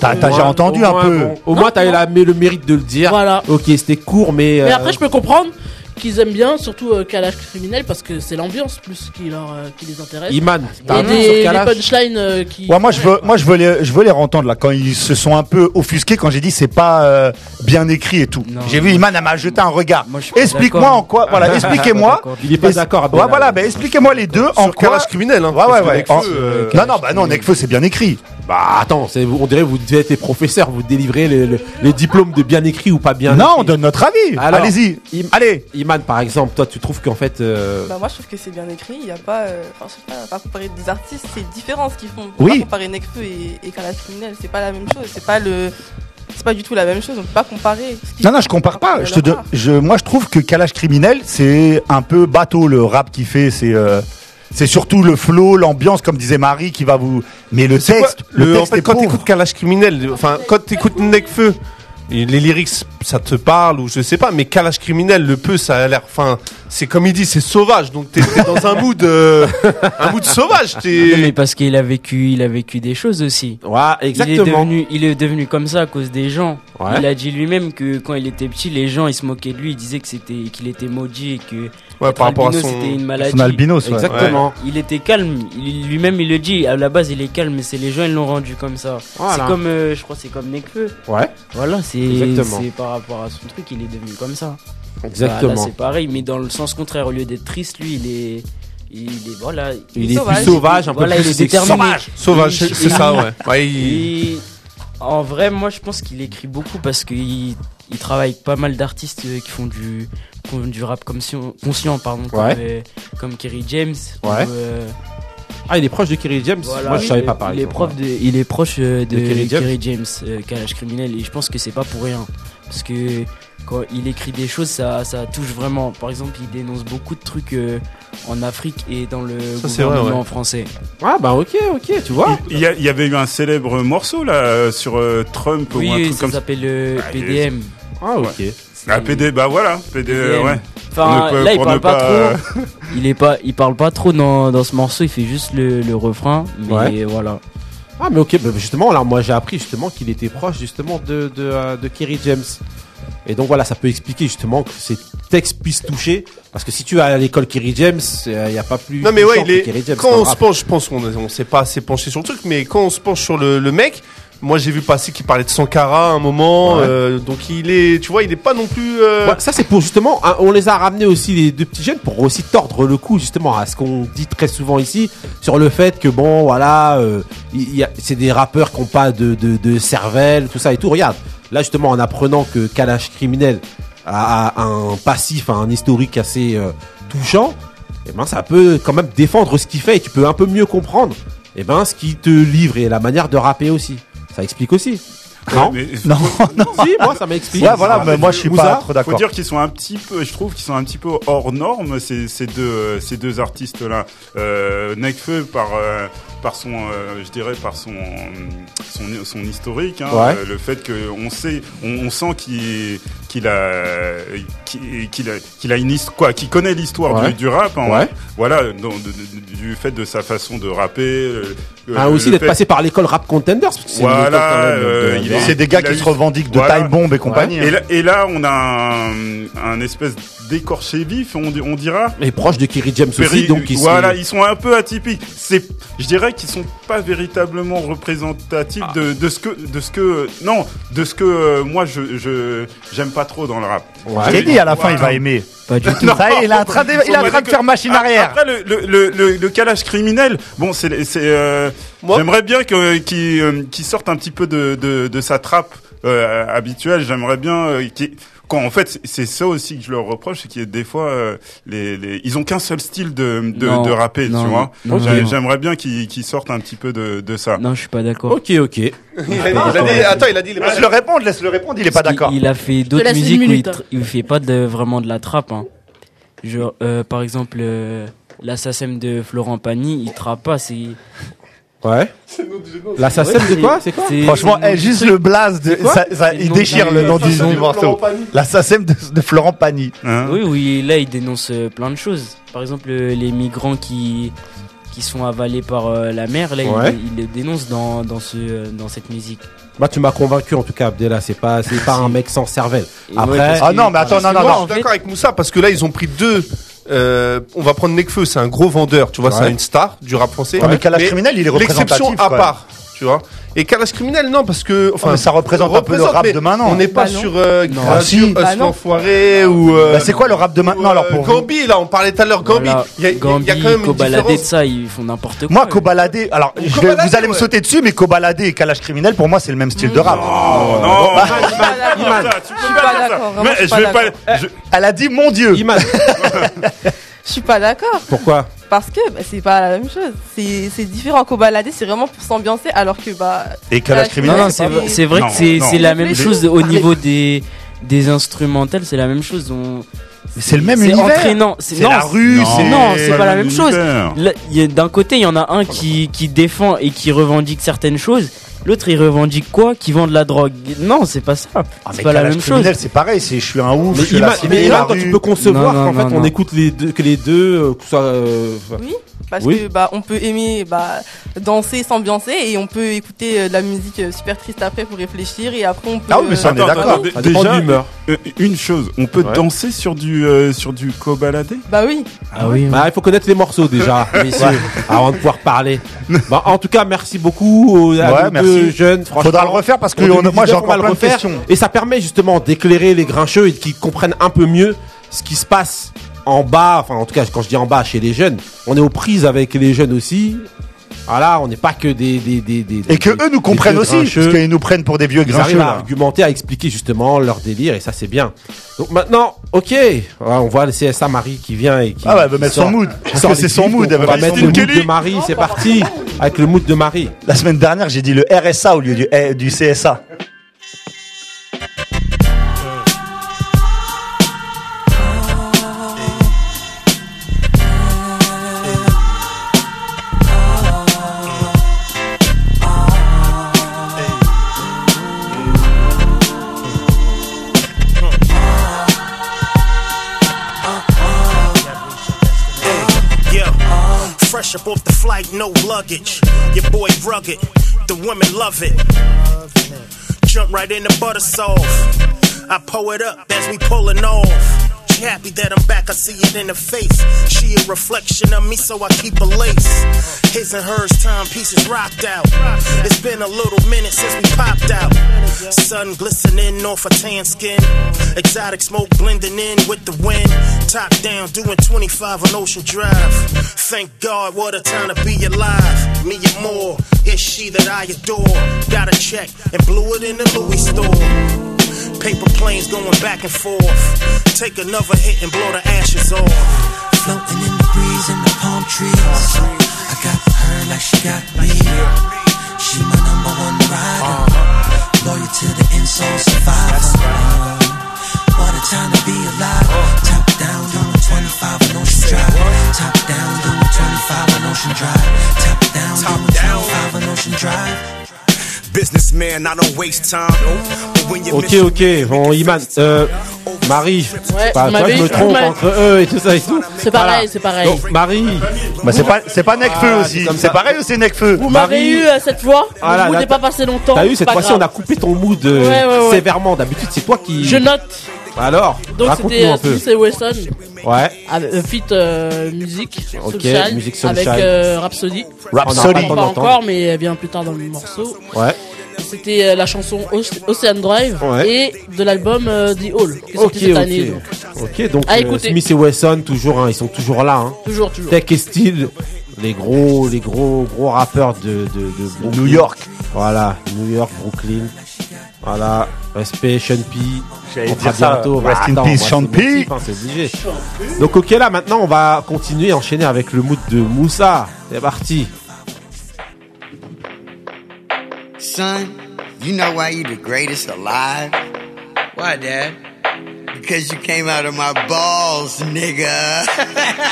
T'as t'as déjà entendu Au un moins, peu. bon, au moins t'as eu la- le mérite de le dire. Voilà. Ok c'était court mais. Mais euh, après, je peux comprendre qu'ils aiment bien, surtout euh, Kalash criminel, parce que c'est l'ambiance plus qui, leur, euh, qui les intéresse. Iman, t'as Et un nom des, sur des Kalash punchlines euh, qui. Ouais, moi je veux, moi je veux les, je veux les entendre là quand ils se sont un peu offusqués quand j'ai dit c'est pas euh, bien écrit et tout. J'ai vu Iman elle m'a jeté un regard. pas Explique-moi d'accord. en quoi, voilà, expliquez-moi. Ah. <laughs> Il est pas Es- d'accord, Ouais, Abdallah. voilà, bah, expliquez-moi les deux en quoi. Kalash criminel, hein, Ouais, parce ouais, que ouais. Nekfeu, En- euh, Non, non, bah non, Nekfeu c'est bien écrit. Bah attends, c'est- on dirait que vous devez être les professeurs, vous délivrez les, les- les diplômes de bien écrit ou pas bien Non, on écrit. donne notre avis. Alors, Allez-y. Im- Allez. Iman par exemple, toi tu trouves qu'en fait euh, Bah moi je trouve que c'est bien écrit, il y a pas, euh, enfin je sais pas, par comparer des artistes, c'est différent ce qu'ils font. Faut Oui. Pas comparer Nekfeu et, et Carla Criminel, c'est pas la même chose, c'est pas le, c'est pas du tout la même chose, on peut pas comparer. Ce qu'ils Non, non, font, je compare par rapport pas. à Je te donne- leur art. je, moi, je trouve que Kalash criminel, c'est un peu bateau le rap qu'il fait. C'est, euh, c'est surtout le flow, l'ambiance, comme disait Marie, qui va vous. Mais le C'est quoi texte, le le- en texte fait, est quand pauvre. t'écoutes Kalash criminel, enfin quand t'écoutes Nekfeu, Et Les lyrics, ça te parle ou je sais pas, mais calage criminel, le peu, ça a l'air. Enfin, c'est comme il dit, c'est sauvage. Donc t'es t'es dans un mood, euh, un mood sauvage. t'es- Ah, Non, mais parce qu'il a vécu, il a vécu des choses aussi. Il est exactement. devenu, il est devenu comme ça à cause des gens. Ouais. Il a dit lui-même que quand il était petit, les gens ils se moquaient de lui, ils disaient que c'était qu'il était maudit et que être par rapport à albino, son- c'était une maladie. son albinos, ouais. Exactement. Ouais. Il était calme. Il- Lui-même il le dit. À la base il est calme, mais c'est les gens ils l'ont rendu comme ça. Voilà. C'est comme, euh, je crois, que c'est comme Nekfeu. Ouais. Voilà, c'est Exactement. c'est par rapport à son truc, il est devenu comme ça. Exactement. Bah, là, c'est pareil, mais dans le sens contraire, au lieu d'être triste, lui, il est. Il est, voilà, Il est plus sauvage, un peu Voilà, plus il est c'est déterminé. sauvage. Sauvage, Il- c'est ça, ouais. Ouais, il- <laughs> Et en vrai, moi, je pense qu'il écrit beaucoup parce qu'il il travaille avec pas mal d'artistes euh, qui font du, qui font du rap comme si on- conscient, pardon, comme, Ouais. euh, comme Kerry James. ou, Ouais. euh, Ah, il est proche de Kerry James voilà, Moi, je savais il- pas, par il est, exemple. prof de, il est proche euh, de, De Kerry Kerry James. James, euh, Kalash criminel, et je pense que c'est pas pour rien. Parce que quand il écrit des choses, ça, ça touche vraiment. Par exemple, il dénonce beaucoup de trucs euh, en Afrique et dans le Ça, c'est gouvernement vrai, ouais. français. Ah bah ok, ok, tu vois. Il y, a- il y avait eu un célèbre morceau là euh, sur euh, Trump Oui, ou un oui, truc ça comme ça. s'appelle euh, Ah, PDM. Ah ok. Ah PD, bah voilà, PD, euh, PDM. ouais. Enfin, On ne peut- là, il on ne parle pas, euh, <laughs> trop. Il, est pas, il parle pas trop dans, dans ce morceau, il fait juste le, le refrain. Mais Ouais. voilà. Ah mais ok, bah, justement là moi j'ai appris justement qu'il était proche justement de, de, euh, de Kerry James. Et donc voilà, ça peut expliquer justement que ces textes puissent toucher. Parce que si tu vas à l'école Kerry James, euh, il n'y a pas plus... Non mais ouais, touchant il que Kerry est. James Quand dans le on se rap. penche, je pense qu'on on s'est pas assez penché sur le truc, mais quand on se penche sur le, le mec, moi j'ai vu passer qu'il parlait de Sankara à un moment, Ouais. euh, donc il est, tu vois, il est pas non plus. euh, Ouais, ça c'est pour justement, hein, on les a ramenés aussi les deux petits jeunes pour aussi tordre le coup justement à ce qu'on dit très souvent ici sur le fait que bon voilà, euh, il y a- c'est des rappeurs qui n'ont pas de, de, de cervelle, tout ça et tout. Regarde, là justement en apprenant que Kalash criminel a, a un passif, un historique assez euh, touchant, et ben ça peut quand même défendre ce qu'il fait et tu peux un peu mieux comprendre et ben ce qu'il te livre et la manière de rapper aussi. Ça explique aussi. Non, Ouais, mais- <laughs> non, si, moi ça m'explique. Moussa Faut dire qu'ils sont un petit peu, je trouve qu'ils sont un petit peu hors norme ces, ces deux euh, ces deux artistes là. Euh, Nekfeu par euh, par son, euh, je dirais par son son, son historique, hein, Ouais. euh, le fait que on sait, on, on sent qu'il qu'il a qu'il qu'il a qu'il a une histoire, quoi, qu'il connaît l'histoire Ouais. du, du rap. hein. Ouais. Voilà, dans- de- de- du fait de sa façon de rapper. euh, Ah, euh, aussi le d'être fait- passé par l'école rap contenders. Parce que c'est une Voilà, école quand même de- euh, de- il est- C'est des gars il a qui eu- se revendiquent de Voilà. taille bombe et compagnie. hein. Et là, et là, on a un, un espèce d'écorché vif, on, di- on dira. Et proche de Kerry James aussi, Perry- donc ils voilà, sont- ils sont un peu atypiques. C'est, je dirais qu'ils sont pas véritablement représentatifs Ah. de, de ce que, de ce que, non, de ce que euh, moi je, je j'aime pas trop dans le rap. Je t'ai dit, à la fin, il va aimer. Pas <laughs> du tout. Ça y est, il est en train de- il est en train de faire machine arrière. Après le le le, le, le calage criminel, bon, c'est c'est. euh, j'aimerais bien que qui euh, qui sorte un petit peu de de, de sa trappe euh, habituelle. J'aimerais bien euh, qu'il- quand en fait c'est ça aussi que je leur reproche, c'est qu'il y a des fois euh, les, les ils ont qu'un seul style de de, Non. de rapper, Non, tu vois. non, J'ai- non. J'aimerais bien qu'ils qu'ils sortent un petit peu de de ça. Non, je suis pas d'accord. Ok, ok. Il a dit- il <laughs> a dit- attends, il a dit. il est pas- Laisse-le répondre, laisse-le répondre, il est pas Parce qu'il- d'accord. Il a fait Je te d'autres laisse une musiques où il, minute, tr- hein. il fait pas de, vraiment de la trappe. hein. Genre, euh, par exemple, euh, l'assassin de Florent Pagny, il trappe pas. C'est. Ouais. L'assassin Ouais, de quoi C'est quoi Franchement, eh, juste le blaze, de, C'est quoi ça, ça- C'est il le nom déchire du- le nom L'assassin du, de du Florent morceau. Pagny. L'assassin de, de Florent Pagny. hein. Oui, oui, là, il dénonce euh, plein de choses. Par exemple, euh, les migrants qui, qui sont avalés par euh, la mer, là, il- Ouais. il, le dénonce dans, dans, ce, euh, dans cette musique. Bah, tu m'as convaincu en tout cas, Abdella. C'est pas, c'est pas un mec sans cervelle. Et ouais, Après. parce que- Ah non, mais attends, non, non, non. Je suis d'accord avec Moussa parce que là, ils ont pris deux. euh, on va prendre Nekfeu, c'est un gros vendeur, tu vois, Ouais. c'est une star du rap français. Ouais, mais Kalash Criminel, il est L'exception représentatif, à quoi. part, tu vois. Et Kalash Criminel, non, parce que. Oh, mais ça représente un peu le représente, rap mais de maintenant. On n'est pas Bah non. sur. Euh, Non. Grincheux, Ah si. Us Bah non. l'Enfoiré ou. euh, Bah, c'est quoi le rap de maintenant alors pour vous Gambi, là, on parlait tout à l'heure, Gambi. Voilà, Il y a- il y, a- il y a Gambi, quand même une Kobalade, différence. de ça, ils font n'importe quoi. Moi, Kobalade, alors je vais- Kobalade, vous allez me ouais. sauter dessus, mais Kobalade et Kalash Criminel, pour moi, c'est le même style de rap. Non, Bon, non, bah, Iman, Iman, Iman, tu peux pas dire ça. Mais je vais pas- je- Elle a dit mon Dieu. Je suis pas d'accord. Pourquoi Parce que bah, c'est pas la même chose. C'est c'est différent. Kobalade, c'est vraiment pour s'ambiancer, alors que bah. Kalash Non, non, c'est vrai- c'est vrai que c'est c'est la même chose au niveau des, des instrumentales, c'est la même chose. On... c'est le même C'est univers. entraînant. C'est la rue, non, c'est- Non, c'est c'est pas la le même chose. univers. Là, il y a- D'un côté, il y en a un qui, qui défend et qui revendique certaines choses, L'autre, il revendique quoi Qui vend de la drogue Non, c'est pas ça. Ah, Ah, c'est pas la même chose. C'est pareil, c'est je suis un ouf. Mais je suis ima- la cible mais de ima- la quand rue. tu peux concevoir Non, non, qu'en fait, non, on non. écoute les deux, que les deux, euh, que ça. euh, enfin, Oui, parce oui. que bah on peut aimer bah danser, s'ambiancer et on peut écouter euh, de la musique euh, super triste après pour réfléchir et après on peut Ah Ah euh, Attends, attends, Ça dé- dépend Déjà, de l'humeur. euh, une chose, on peut Ouais. danser sur du euh, sur du cobaladé Bah oui. Ah oui. il faut connaître les morceaux <laughs> déjà, messieurs, Ouais. avant de pouvoir parler. Bah, en tout cas, merci beaucoup aux, à Ouais, nos merci. deux jeunes. franchement. Faudra le refaire parce que En on- moi, 2019, j'ai on va encore le plein de refaire. questions. Et ça permet justement d'éclairer les grincheux et qu'ils comprennent un peu mieux ce qui se passe en bas. Enfin, en tout cas, quand je dis en bas, chez les jeunes, on est aux prises avec les jeunes aussi. Voilà, on n'est pas que des, des, des, des- Et que des- eux nous des comprennent vieux aussi, parce grincheux. qu'ils nous prennent pour des vieux Ils grincheux. arrivent à là. argumenter, à expliquer justement leur délire et ça c'est bien. Donc maintenant, ok, voilà, on voit le CSA Marie qui vient et qui. Ah ouais, elle veut qui mettre sort- son mood. qui Parce sort que les c'est son clips, mood, elle On veut va mettre mettre son le mood Kelly. de Marie, c'est parti avec le mood de Marie. La semaine dernière, j'ai dit le RSA au lieu du, eh, du CSA. Yeah. uh, Fresh up off the flight, no luggage. Your boy rugged, the women love it. Jump right in the butter sauce. I pull it up as we pulling off. She happy that I'm back, I see it in her face. She a reflection of me, so I keep a lace. His and hers timepieces rocked out. It's been a little minute since we popped out. Sun glistening off a tan skin. Exotic smoke blending in with the wind. Top down, doing 25 on Ocean Drive. Thank God, what a time to be alive. Me and more, it's she that I adore. Got a check and blew it in the Louis store. Paper planes going back and forth. Take another hit and blow the ashes off. Floating in the breeze in the palm trees. I got her like she got me. She my number one rider. Loyal to the insole survivor. What a time to be alive. Top down, doing 25 on Ocean Drive. Top down, doing 25 on Ocean Drive. Top down, doing 25 on Ocean Drive. Businessman, I don't waste time. But when you Ok, ok, bon, Iman, euh, Marie, Ouais, bah, vous toi, m'avez- je me vous trompe m'avez- entre eux et tout ça et tout. C'est pareil, c'est pareil. Donc, Marie. Bah, c'est pas, c'est pas Necfeu aussi. C'est pareil ou c'est Necfeu Vous m'avez eu euh, cette fois, Ah là vous là, n'êtes pas passé longtemps. T'as eu c'est cette pas fois-ci, grave. on a coupé ton mood euh, Ouais, ouais, ouais. sévèrement. D'habitude, c'est toi qui. Bah Je note. Alors, Donc raconte-nous c'était un euh, peu. Smith et Wesson, Ouais. avec, euh, feat euh, musique, Ok, Soulshine, musique avec Soulshine. euh, Rhapsody. Rhapsody. On en parle On pas entend. encore, mais elle vient plus tard dans le morceau. Ouais. C'était euh, la chanson Oce- Ocean Drive Ouais. et de l'album euh, The Hall qui est Ok, sorti cette ok. année. donc. Ok, donc À euh, écouter. Smith et Wesson, toujours, hein, ils sont toujours là. Hein. Toujours, toujours. Tech et Steel, les gros, les gros, gros rappeurs de, de, de Brooklyn. New York. Voilà, New York, Brooklyn. Voilà, respect, Sean P. J'allais On fera dire ça, bientôt. rest Ah, tá, in attends, peace, moi, Sean c'est mon P. type, hein, c'est obligé. Donc, ok, là, maintenant, on va continuer, enchaîner avec le mood de Moussa. C'est parti. Son, you know why you the greatest alive? Why, Dad? Because you came out of my balls, <laughs>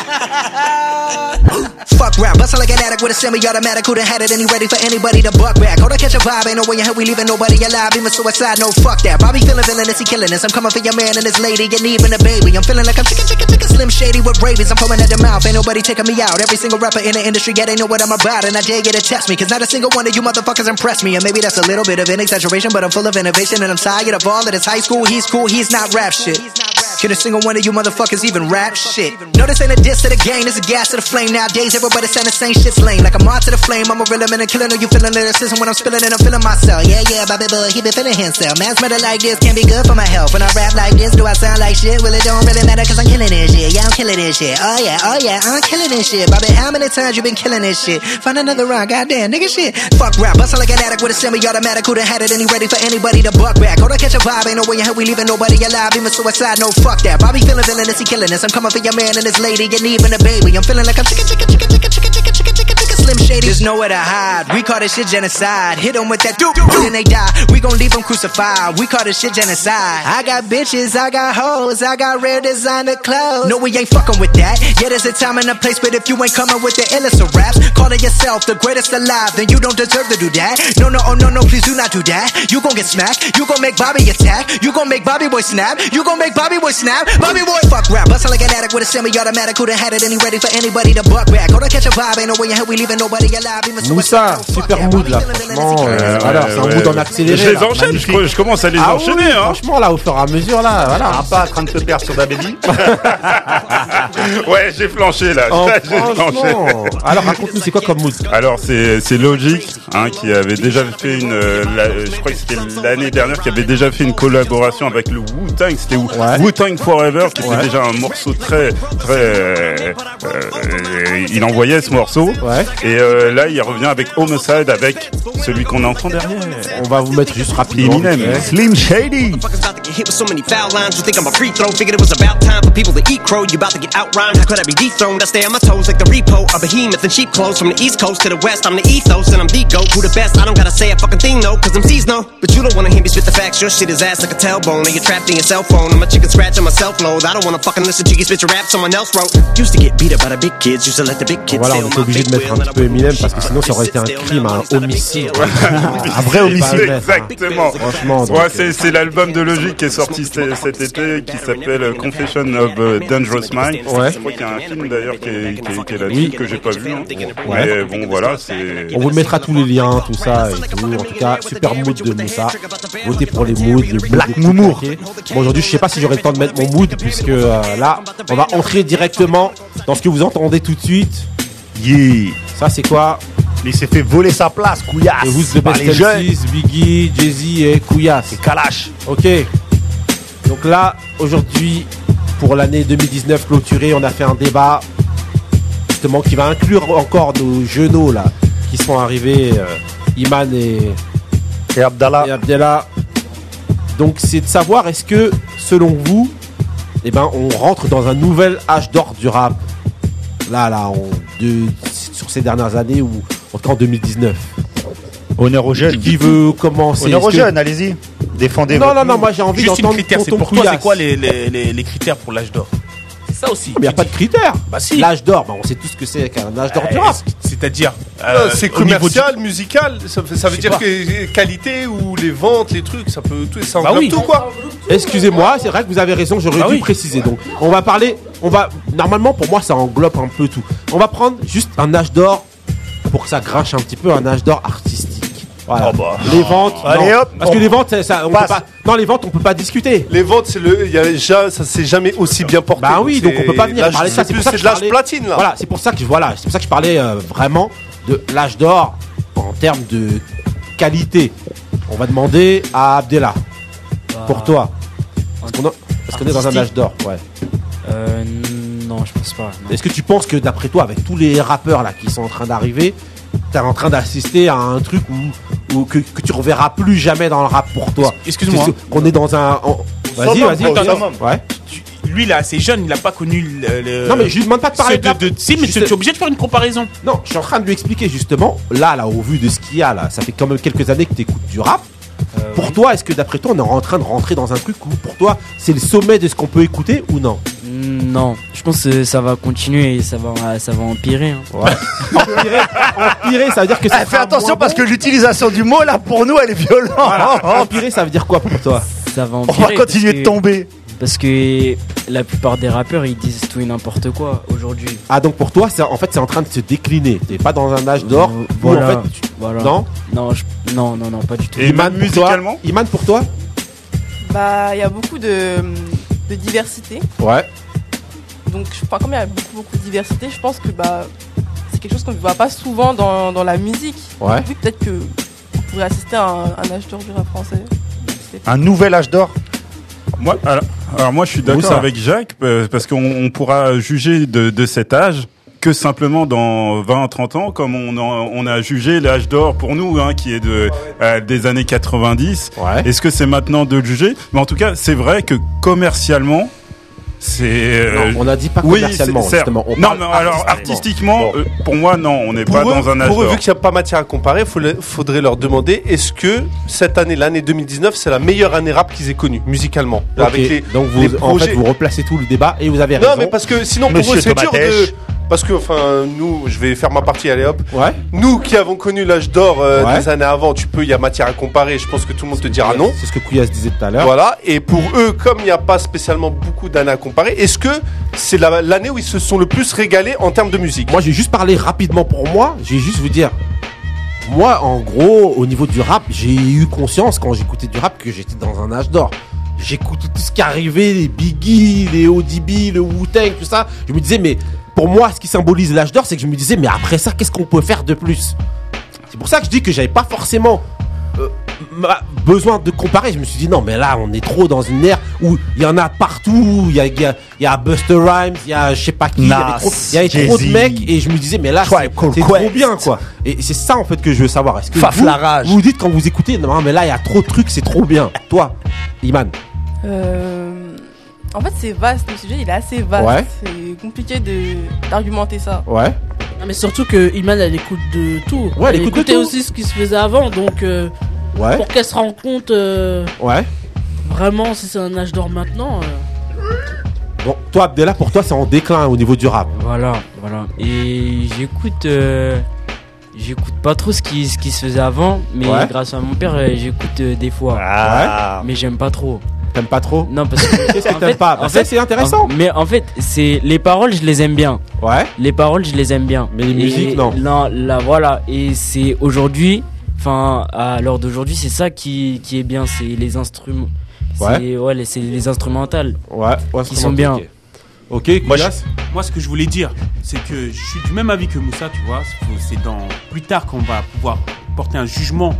nigga. Fuck rap, bustle like an addict with a semi-automatic who done had it and he ready for anybody to buck back. Hold on, catch a vibe, ain't no way in hell we leaving nobody alive, even suicide, no fuck that. Bobby feeling villainous, he killing us. I'm coming for your man and his lady and even a baby. I'm feeling like I'm chicken, chicken, chicken, slim shady with rabies. I'm foaming at the mouth, ain't nobody taking me out. Every single rapper in the industry, yeah, they know what I'm about and I dare you to test me, cause not a single one of you motherfuckers impressed me. And maybe that's a little bit of an exaggeration, but I'm full of innovation and I'm tired of all of this high school, he's cool, he's not rap shit. Can a single one of you motherfuckers even rap shit? No, this ain't a diss to the game, this is gas to the flame. Nowadays, everybody saying the same shit's lame. Like I'm on to the flame, I'm a real man and killing her. You feeling lyricism when I'm spilling and I'm feeling myself. Yeah, yeah, Bobby Bull, he been feeling himself. Man's metal like this can't be good for my health. When I rap like this, do I sound like shit? Well, it don't really matter cause I'm killing this shit. Yeah, I'm killing this shit. Oh yeah, oh yeah, I'm killing this shit. Bobby, how many times you been killing this shit? Find another round, goddamn, nigga shit. Fuck rap, bustle like an addict with a semi-automatic who done had it and he ready for anybody to buck back. Hold on, catch a vibe, ain't no way in hell we leaving nobody alive, even suicide, no fuck that. Bobby feeling villainous, he killing us. I'm coming for your man and his lady and even a baby. I'm feeling like I'm chicken, chicken, chicken, chicken, chicken, chicken, chicken, chicken, chicken, Slim Shady. There's nowhere to hide. We call this shit genocide. Hit 'em with that doop, doop, then they die. We gon' leave 'em crucified. We call this shit genocide. I got bitches, I got hoes, I got rare designer clothes. No, we ain't fucking with that. Yeah, there's a time and a place, but if you ain't coming with the illest of raps, call it yourself the greatest alive, then you don't deserve to do that. No, no, oh, no, no, please do not do that. You gon' get smacked. You gon' make Bobby attack. You gon' make Bobby Boy snap. You gon' make Bobby Boy snap. Bobby Boy fuck rap. Bustle like an addict with a semi-automatic. Who done had it? Any ready for anybody to buck back? Go to catch a vibe. Ain't no way in hell we leaving nobody alive. Even Moussa, super mood là, franchement. euh, Ouais, voilà, ouais, c'est un ouais. mood en accéléré. Je les là, enchaîne, magnifique. je co- je commence à les Ah enchaîner, oui, hein. Franchement, là, au fur et à mesure, là, voilà. Ah, pas en train de te perdre sur Babelli. <laughs> ouais, j'ai flanché là. Oh, <laughs> J'ai flanché. franchement. Alors, raconte-nous, c'est quoi comme mood Alors c'est c'est Logic hein, qui avait déjà fait une, euh, la- euh, je crois que c'était l'année dernière, qui avait déjà fait une collaboration avec le Wu Tang. C'était Wu Tang Forever, qui était déjà un morceau très très. euh, euh, il envoyait ce morceau. Et euh, là il revient avec Homicide avec celui qu'on entend derrière. On va vous mettre juste rapidement. Eminem. Slim Shady. about to get hit with so many foul lines. You think I'm a free throw? Figured it was about time for people to eat crow. You about to get outrhymed? How could I be dethroned? I stay on my toes like the repo, a behemoth in sheep clothes. From the east coast to the west, I'm the ethos and I'm the goat. Who the best? I don't gotta say a fucking thing though, cause I'm seasonal. But you don't wanna hear me spit the facts. Your shit is ass like a tailbone, and you're trapped in your cell phone. I'm a chicken scratch on my self load. I don't wanna fucking listen to you spit your rap someone else wrote. Used to get beat up by the big kids, used to let the big kids Voilà, steal on my était obligé de big mettre un wheel, and petit peu Eminem parce que sinon ça aurait été un crime, un homicide. un vrai homicide. hein. Exactement. Franchement, donc, euh, Ouais, c'est c'est l'album de Logic qui est sorti c- cet été qui s'appelle euh, Confession of a Dangerous Mind. Je crois qu'il y a un film d'ailleurs qui est, qui est- qui est là-dessus que j'ai pas vu. hein. Mais Ouais. bon, voilà, c'est. On vous mettra tous les liens, tout ça et tout. En tout cas, super mood de Moussa. Votez pour les moods, le Black Moumour. Bon, aujourd'hui, je sais pas si j'aurai le temps de mettre mon mood, puisque euh, là, on va entrer directement dans ce que vous entendez tout de suite. Yeah. Ça, c'est quoi Il s'est fait voler sa place, couillasse. Et vous, The par Best les jeunes. MCs, Biggie, Jay-Z et Kouyas. Et Kalash. Ok. Donc là, aujourd'hui, pour l'année 2019 clôturée, on a fait un débat justement qui va inclure encore nos genoux là, qui sont arrivés, euh, Iman et, et Abdallah. Donc c'est de savoir est-ce que, selon vous, eh ben, on rentre dans un nouvel âge d'or du rap. Là, là, on- de- sur ces dernières années ou en tout cas en 2019. Honneur aux jeunes. Qui veut commencer Honneur Est-ce aux que- jeunes, allez-y. Défendez Non, votre non, non, mood. moi j'ai envie Juste une d'entendre critère, c'est tonton pour toi, Couillasse. c'est quoi les, les, les, les critères pour l'âge d'or C'est ça aussi. Il n'y a pas de critères. Bah si. Eh, L'âge d'or, bah, on sait tout ce que c'est qu'un âge d'or du rap. C'est-à-dire. euh, c'est au niveau du- commercial, musical, ça, ça veut Je sais dire pas. que euh, qualité ou les ventes, les trucs, ça peut tout, ça Bah englobe oui. Bah tout quoi. Excusez-moi, c'est vrai que vous avez raison, j'aurais dû préciser. Donc, on va parler, on va normalement pour moi ça englobe un peu tout. On va prendre juste un âge d'or pour que ça grinche un petit peu, un âge d'or artistique. Voilà. les ventes, Oh, bah. Allez, non. hop, parce que on- les ventes, ça, ça- on peut passe. pas. Non, les ventes, on peut pas discuter. Les ventes, c'est le, il y a, ja- ça s'est jamais aussi bien porté. Bah oui, donc on peut pas venir l'âge- parler de ça. C'est C'est plus- pour ça que c'est je de l'âge parlais- platine là. Voilà, c'est pour ça que je voilà, c'est pour ça que je parlais euh, vraiment de l'âge d'or en termes de qualité. On va demander à Abdella pour toi. Parce qu'on a- parce qu'on est dans un âge d'or, ouais. Euh, non, je pense pas. non. Est-ce que tu penses que d'après toi, avec tous les rappeurs là qui sont en train d'arriver, t'es en train d'assister à un truc où, où que, que tu reverras plus jamais dans le rap pour toi Excuse-moi. C'est- Qu'on est dans un. en- Vas-y, Summum, vas-y. gros, vas-y. summum. Ouais. Lui, là, c'est jeune, il n'a pas connu le. le- Non mais je lui demande pas de parler ce de, Si, mais tu es obligé de faire une comparaison. Non, je suis en train de lui expliquer justement. Là, là, au vu de ce qu'il y a là, ça fait quand même quelques années que t'écoutes du rap. Euh, pour toi, est-ce que d'après toi, on est en train de rentrer dans un truc où pour toi, c'est le sommet de ce qu'on peut écouter ou non Non, je pense que ça va continuer et ça va, ça va empirer. hein. Empirer, ça veut dire que ça Eh, Fais attention parce que l'utilisation du mot là pour nous elle est violente. <laughs> Empirer, Oh, ça veut dire quoi pour toi Ça va On empirer. va continuer parce de que- tomber. Parce que la plupart des rappeurs, ils disent tout et n'importe quoi aujourd'hui. Ah donc pour toi, c'est en fait, c'est en train de se décliner. T'es pas dans un âge d'or où Voilà. en fait, tu- Voilà. non. non, je- non, non, non, pas du tout. Iman pour toi Iman pour toi Bah, il y a beaucoup de, de diversité. Ouais. Donc, je- enfin, comme il y a beaucoup, beaucoup de diversité, je pense que bah, c'est quelque chose qu'on ne voit pas souvent dans, dans la musique. Ouais. Donc, oui, peut-être que on pourrait assister à un, un âge d'or du rap français. Un nouvel âge d'or. Moi, alors, alors moi, je suis Où d'accord ça avec Jacques euh, parce qu'on on pourra juger de, de cet âge que simplement dans 20-30 ans, comme on, en- on a jugé l'âge d'or pour nous, hein, qui est de, euh, des années 90. Est-ce que c'est maintenant de le juger Mais en tout cas, c'est vrai que commercialement, c'est. euh, Non, on a dit pas oui, commercialement, c'est- certes. justement. On non, parle mais alors artistiquement, euh, pour moi, non, on n'est Pour pas eux- dans un âge Pour eux, d'or. vu qu'il n'y a pas matière à comparer, faut le- faudrait leur demander est-ce que cette année, l'année 2019, c'est la meilleure année rap qu'ils aient connue, musicalement Ok, Avec les, donc vous, les en fait, projets. vous replacez tout le débat et vous avez non, raison. mais parce que sinon, pour eux, c'est dur de. Parce que, enfin, nous, je vais faire ma partie, allez hop. Nous qui avons connu l'âge d'or euh, Ouais. des années avant, tu peux, il y a matière à comparer. Je pense que tout le monde te dira non. C'est ce que Kouyas disait tout à l'heure. Voilà, et pour eux, comme il n'y a pas spécialement beaucoup d'années à comparer, est-ce que c'est la- l'année où ils se sont le plus régalés en termes de musique Moi, j'ai juste parlé rapidement pour moi. J'ai juste vous dire. Moi, en gros, au niveau du rap, j'ai eu conscience quand j'écoutais du rap que j'étais dans un âge d'or. J'écoutais tout ce qui arrivait, les Biggie, les ODB, le Wu-Tang, tout ça. Je me disais, mais pour moi, ce qui symbolise l'âge d'or, c'est que je me disais, mais après ça, qu'est-ce qu'on peut faire de plus C'est pour ça que je dis que j'avais pas forcément euh, ma- besoin de comparer. Je me suis dit, non, mais là, on est trop dans une ère où il y en a partout. Il y a, il y a- il y a Buster Rhymes, il y a je sais pas qui. il y avait Nas, trop- Il y avait trop de Jay-Z. mecs et je me disais, mais là, c'est c'est trop bien, quoi. Et c'est ça, en fait, que je veux savoir. Est-ce que Faf vous, la rage. vous dites quand vous écoutez, non, mais là, il y a trop de trucs, c'est trop bien. Toi, Iman. Euh, en fait, c'est vaste. Le sujet, il est assez vaste. Ouais. C'est compliqué de d'argumenter ça. Ouais. Ah, mais surtout que Iman, elle écoute de tout. Ouais, elle écoute de écoutait tout. aussi ce qui se faisait avant, donc euh, Ouais. pour qu'elle se rende compte euh, Ouais. vraiment si c'est un âge d'or maintenant. euh, Bon, toi, Abdella, pour toi, c'est en déclin au niveau du rap. Voilà, voilà. Et j'écoute. euh, J'écoute pas trop ce qui, ce qui se faisait avant, mais Ouais. grâce à mon père, euh, j'écoute euh, des fois. Ah. Ouais. Mais j'aime pas trop. T'aimes pas trop Non, parce que. <laughs> Qu'est-ce que en t'aimes fait- pas Bah, en ça, fait- c'est intéressant. en- mais en fait, c'est les paroles, je les aime bien. Ouais. Les paroles, je les aime bien. Mais les musiques, non. Non, là, voilà. Et c'est aujourd'hui, enfin, à l'heure d'aujourd'hui, c'est ça qui, qui est bien, c'est les instruments. Ouais. C'est ouais, les- c'est les instrumentales. Ouais, qui sont bien. Ok, moi, je- moi, ce que je voulais dire, c'est que je suis du même avis que Moussa, tu vois. c'est que C'est dans plus tard qu'on va pouvoir porter un jugement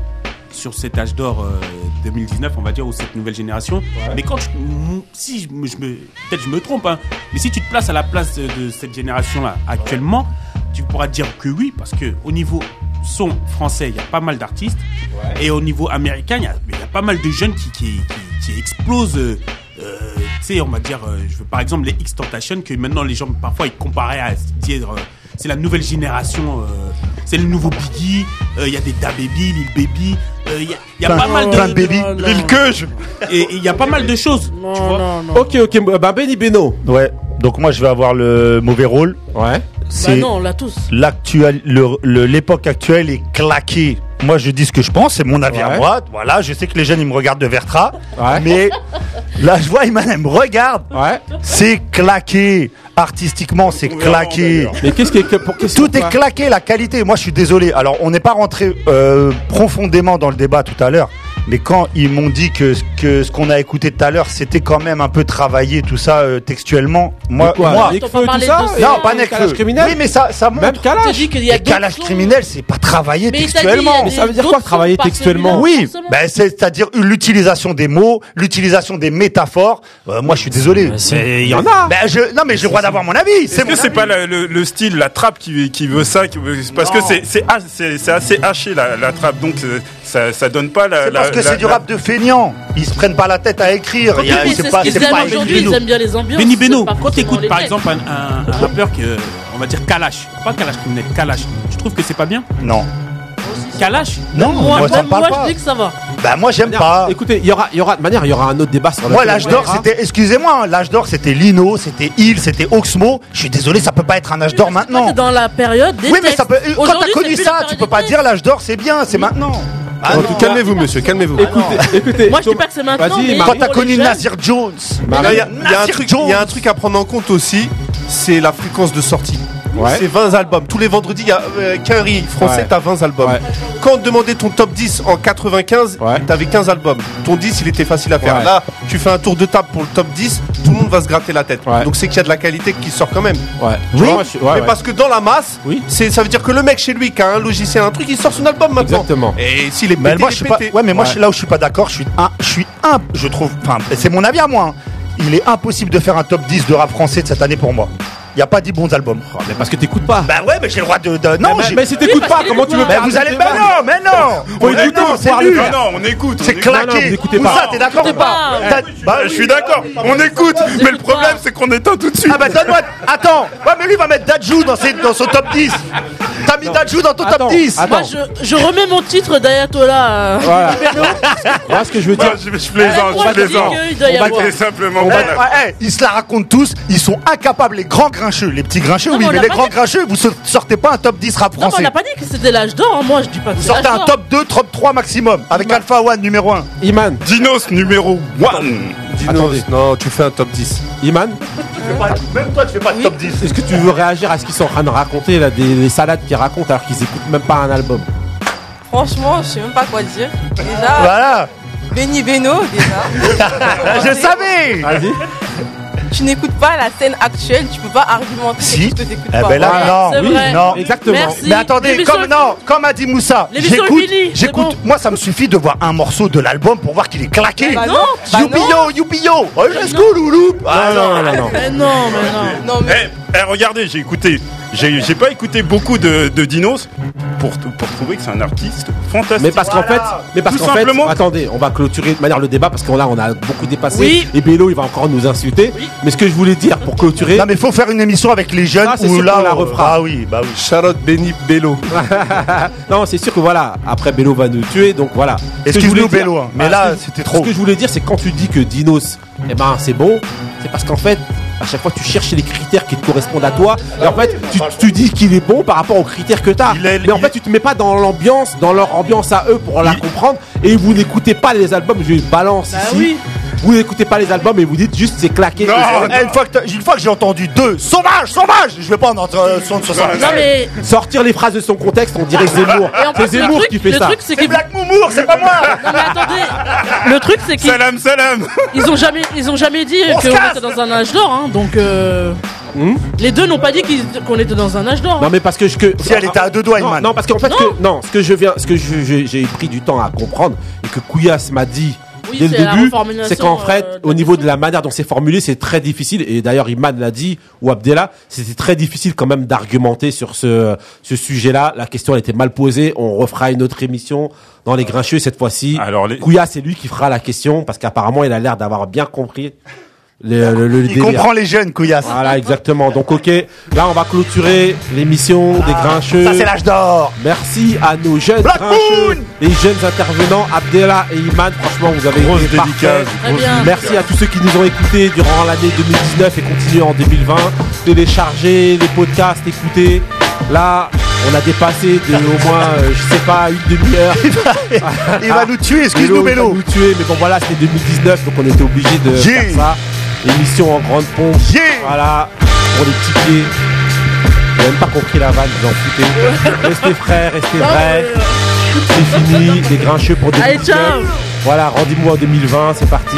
sur cet âge d'or euh, 2019, on va dire, ou cette nouvelle génération. Mais quand tu, m- si je me, je me- peut-être je me trompe, hein, mais si tu te places à la place de, de cette génération-là actuellement, tu pourras dire que oui, parce que au niveau son français, il y a pas mal d'artistes, et au niveau américain, il y a- mais il y, a pas mal de jeunes qui, qui, qui- qui explosent. euh, euh, tu sais, on va dire, euh, je veux par exemple les X Tentation que maintenant les gens parfois ils comparaient à se dire euh, c'est la nouvelle génération, euh, c'est le nouveau Biggie, euh, il y a des Da Baby, Lil Baby, euh, il y a, il y a Plein- pas mal plein de. de Bah, Baby, Non, non. Lil Keuje. Et et il y a pas mal de choses, tu vois. Ok, ok, bah Benny Beno. Ouais. Donc moi, je vais avoir le mauvais rôle. Ouais. Bah non, on l'a tous. L'actuel, le- le- l'époque actuelle est claquée. Moi, je dis ce que je pense, c'est mon avis à Ouais. moi. Voilà, je sais que les jeunes, ils me regardent de Vertra. Mais là, je vois, Iman, elle me regarde. C'est claqué. Artistiquement, c'est claqué. Mais qu'est-ce qui est que- pour qu'est-ce Tout pourquoi est claqué, la qualité. Moi, je suis désolé. Alors, on n'est pas rentré euh, profondément dans le débat tout à l'heure. Mais quand ils m'ont dit que, ce- que ce qu'on a écouté tout à l'heure, c'était quand même un peu travaillé, tout ça, euh, textuellement. Moi, De quoi, moi, Nekfeu, tout ça non, Et pas Nekfeu. Kalash criminel Oui, mais ça, ça montre. Même Kalash. T'as dit qu'il y a Mais d'autres Kalash sons. criminel, c'est pas travaillé Mais t'as dit, il y a textuellement. des- Mais ça veut dire quoi, d'autres travailler sons par textuellement celui-là, Oui, ben, c'est-à-dire l'utilisation des mots, l'utilisation des métaphores. Euh, moi, je suis désolé. Mais il y en a. Ben, je- non, mais j'ai le droit d'avoir mon avis. Est-ce que c'est pas la- le, le style, la trappe qui, qui veut ça qui veut- Parce que c'est- c'est ha- c'est- c'est assez haché la, la trappe, donc euh, ça, ça donne pas la. C'est parce Euh, la- que la- c'est du la- rap de feignants. Ils se prennent pas la tête à écrire. Il y a- Oui, mais c'est c'est pas- ce qu'ils c'est aiment pas aujourd'hui, écrit. ils aiment bien les ambiances. Benny Beno, c'est pas quand t'écoutes forcément par les exemple un, un- un rappeur que, on va dire Kalash, pas Kalash criminel, Kalash, je trouve que c'est pas bien. Non. Kalash Non, moi, moi, ça moi, me parle moi, pas. je dis que ça va. Bah moi j'aime pas. Écoutez, il y aura, il y aura de manière, il y aura un autre débat sur. Moi la- l'âge d'or c'était, excusez-moi, hein, l'âge d'or c'était Lino, c'était Il, c'était Oxmo. Je suis désolé, ça peut pas être un âge d'or maintenant. Dans la période des Oui mais ça textes. peut. Quand t'as Aujourd'hui, connu c'est plus ça, la tu peux pas dire l'âge d'or c'est bien, c'est maintenant. Ah non. Calmez-vous, monsieur, calmez-vous. Écoutez, écoutez. Moi, je dis pas que c'est maintenant. mais Quand pour t'as les connu jeunes- Nasir Jones, Non, Il y, a- il y a un truc- il y a un truc à prendre en compte aussi, c'est la fréquence de sortie. Ouais. C'est 20 albums. Tous les vendredis, il y a euh, qu'un riz français, Ouais. t'as 20 albums. Quand on te demandait ton top 10 en 95, t'avais 15 albums. Ton 10, il était facile à faire. Ouais. Là, tu fais un tour de table pour le top 10, tout le monde va se gratter la tête. Donc c'est qu'il y a de la qualité qui sort quand même. Ouais. Tu Oui. vois Je- ouais, Mais ouais. parce que dans la masse, c'est ça veut dire que le mec chez lui qui a un logiciel, un truc, il sort son album maintenant. Exactement. Et s'il est Mais pété, moi, il est je suis pas, pété. ouais, mais moi, je suis là où je suis pas d'accord, je suis un, je suis un, je trouve, enfin, c'est mon avis à moi. hein. Il est impossible de faire un top 10 de rap français de cette année pour moi. Il n'y a pas 10 bons albums. Oh, mais parce que t'écoutes pas. Bah ouais, mais j'ai le droit de. de- Non, Mais- j'ai- mais si t'écoutes Oui, parce pas, qu'il comment écoute tu veux pas. Mais faire vous un allez. débat Bah non, mais non Faut Mais écouter, non, faut c'est parler. nul. Non, non, on écoute, on C'est écoute. Non, non, claqué vous écoutez Moussa, pas. t'es d'accord Écoutez pas. T'as- Bah Je oui. suis d'accord, on écoute, mais le problème c'est qu'on éteint tout de suite. Ah bah donne-moi. Attends Ouais, mais lui va mettre Dajou dans, ses- dans son top 10 T'as mis Dajou dans ton top 10 Moi, je, je remets mon titre d'Ayatollah. euh, <laughs> Voilà. Beno. Moi, ce que je veux dire. Ah, Je, plaisante, je plaisante. qu'il doit y On va- avoir. simplement. Eh, ouais, eh, ils se la racontent tous, ils sont incapables, les grands grincheux, les petits grincheux, Non, oui, mais on mais a les pas grands dit- grincheux, vous so- sortez pas un top 10 rap Non, mais on français. n'a pas dit que c'était l'âge d'or, hein, moi je dis pas que Vous c'est l'âge sortez un d'or. top 2, top 3 maximum, avec Alpha One numéro 1. Iman. Dinos numéro 1. Dinos, non, tu fais un top 10. Iman Même toi, tu fais pas de top 10. Est-ce que tu veux réagir à ce qu'ils sont en train de raconter, là, des, des salades qu'ils racontent alors qu'ils écoutent même pas un album Franchement, je sais même pas quoi dire. Déjà, Voilà Benny Beno, déjà. <laughs> Je savais Vas-y. Tu n'écoutes pas la scène actuelle, tu peux pas argumenter. Si. Tu t'écoutes Eh pas. ben là, non, oui, non. Mais attendez, L'émission comme est non, comme a dit Moussa, L'émission est j'écoute, finie, c'est j'écoute. Moi, ça me suffit de voir un morceau de l'album pour voir qu'il est claqué. Bah non, bah Youpi yo, youpi yo. Oh, let's go, loulou. Ah non, non, non. Mais non, mais non. non Eh, eh, regardez, j'ai écouté, j'ai j'ai pas écouté beaucoup de, de Dinos pour, t- pour trouver que c'est un artiste fantastique. Mais parce qu'en fait, mais parce Tout qu'en fait, simplement. attendez, on va clôturer de manière le débat parce qu'on là on a beaucoup dépassé Oui. et Bello il va encore nous insulter. Mais ce que je voulais dire pour clôturer, Non, mais faut faire une émission avec les jeunes Ah, c'est où sûr là, qu'on la on- refera. Ah oui, bah oui. Charlotte Benny Bello. <laughs> non, c'est sûr que voilà, après Bello va nous tuer, donc voilà. Ce que je Excuse-nous, voulais dire- Bello, hein, mais Voilà, là, ce que- c'était trop. Ce que je voulais dire, c'est que quand tu dis que Dinos, eh ben c'est bon, c'est parce qu'en fait, à chaque fois tu cherches les critères qui te correspondent à toi, et en fait, tu, tu dis qu'il est bon par rapport aux critères que t'as. Mais en fait, tu te mets pas dans l'ambiance, dans leur ambiance à eux pour la comprendre, et vous n'écoutez pas les albums, je balance ici. Vous n'écoutez pas les albums et vous dites juste c'est claqué. Non, Et c'est- eh, une fois que, t'as- une fois que j'ai entendu deux, sauvage, sauvage, je vais pas en entendre euh, son de 60. Non, mais- Sortir les phrases de son contexte, on dirait Zemmour. Et en plus, C'est le Zemmour truc- qui fait le ça. truc, c'est C'est que- Black Moumour, c'est pas moi. Non, mais attendez, le truc c'est qu'ils. Salam, salam Ils ont jamais, ils ont jamais dit On qu'on se casse. Hmm était dans un âge d'or, hein, donc. euh, Les deux n'ont pas dit qu'ils- qu'on était dans un âge d'or. hein. Non mais parce que je que Si elle était à deux doigts, non, Iman. non parce qu'en fait que- non ce que je viens ce que je- je- j'ai pris du temps à comprendre et que Kouyas m'a dit Oui, dès le c'est la début reformulation, c'est qu'en euh, fait au niveau de la manière dont c'est formulé c'est très difficile et d'ailleurs Iman l'a dit ou Abdella c'était très difficile quand même d'argumenter sur ce ce sujet là la question elle était mal posée on refera une autre émission dans les grincheux cette fois-ci alors Kouyas c'est lui qui fera la question parce qu'apparemment il a l'air d'avoir bien compris euh, le, le, le Il délire. comprend les jeunes, Couillasse. Voilà, exactement. Donc, ok, là, on va clôturer l'émission des Grincheux. Ah, ça, c'est l'âge d'or. Merci à nos jeunes Grincheux, les jeunes intervenants, Abdella et Iman. Franchement, vous avez Grosse été dédicace, parfaits. Très grosse bien. dédicace. Merci à tous ceux qui nous ont écoutés durant l'année 2019 et continuent en 2020. Téléchargez les podcasts, écoutez. Là, on a dépassé de au moins, euh, je sais pas, une demi-heure. <laughs> Il va nous tuer, excuse-nous, Bello. Il va nous tuer, mais bon, voilà, c'était 2019, donc on était obligé de Yeah. faire ça. Émission en grande pompe. Voilà, pour les petits pieds. J'ai même pas compris la vanne, vous en foutez. Restez frères, restez Non, euh, vrais. C'est fini, des grincheux pour Allez, 2019. ciao. Voilà, rendez-vous en 2020, c'est parti.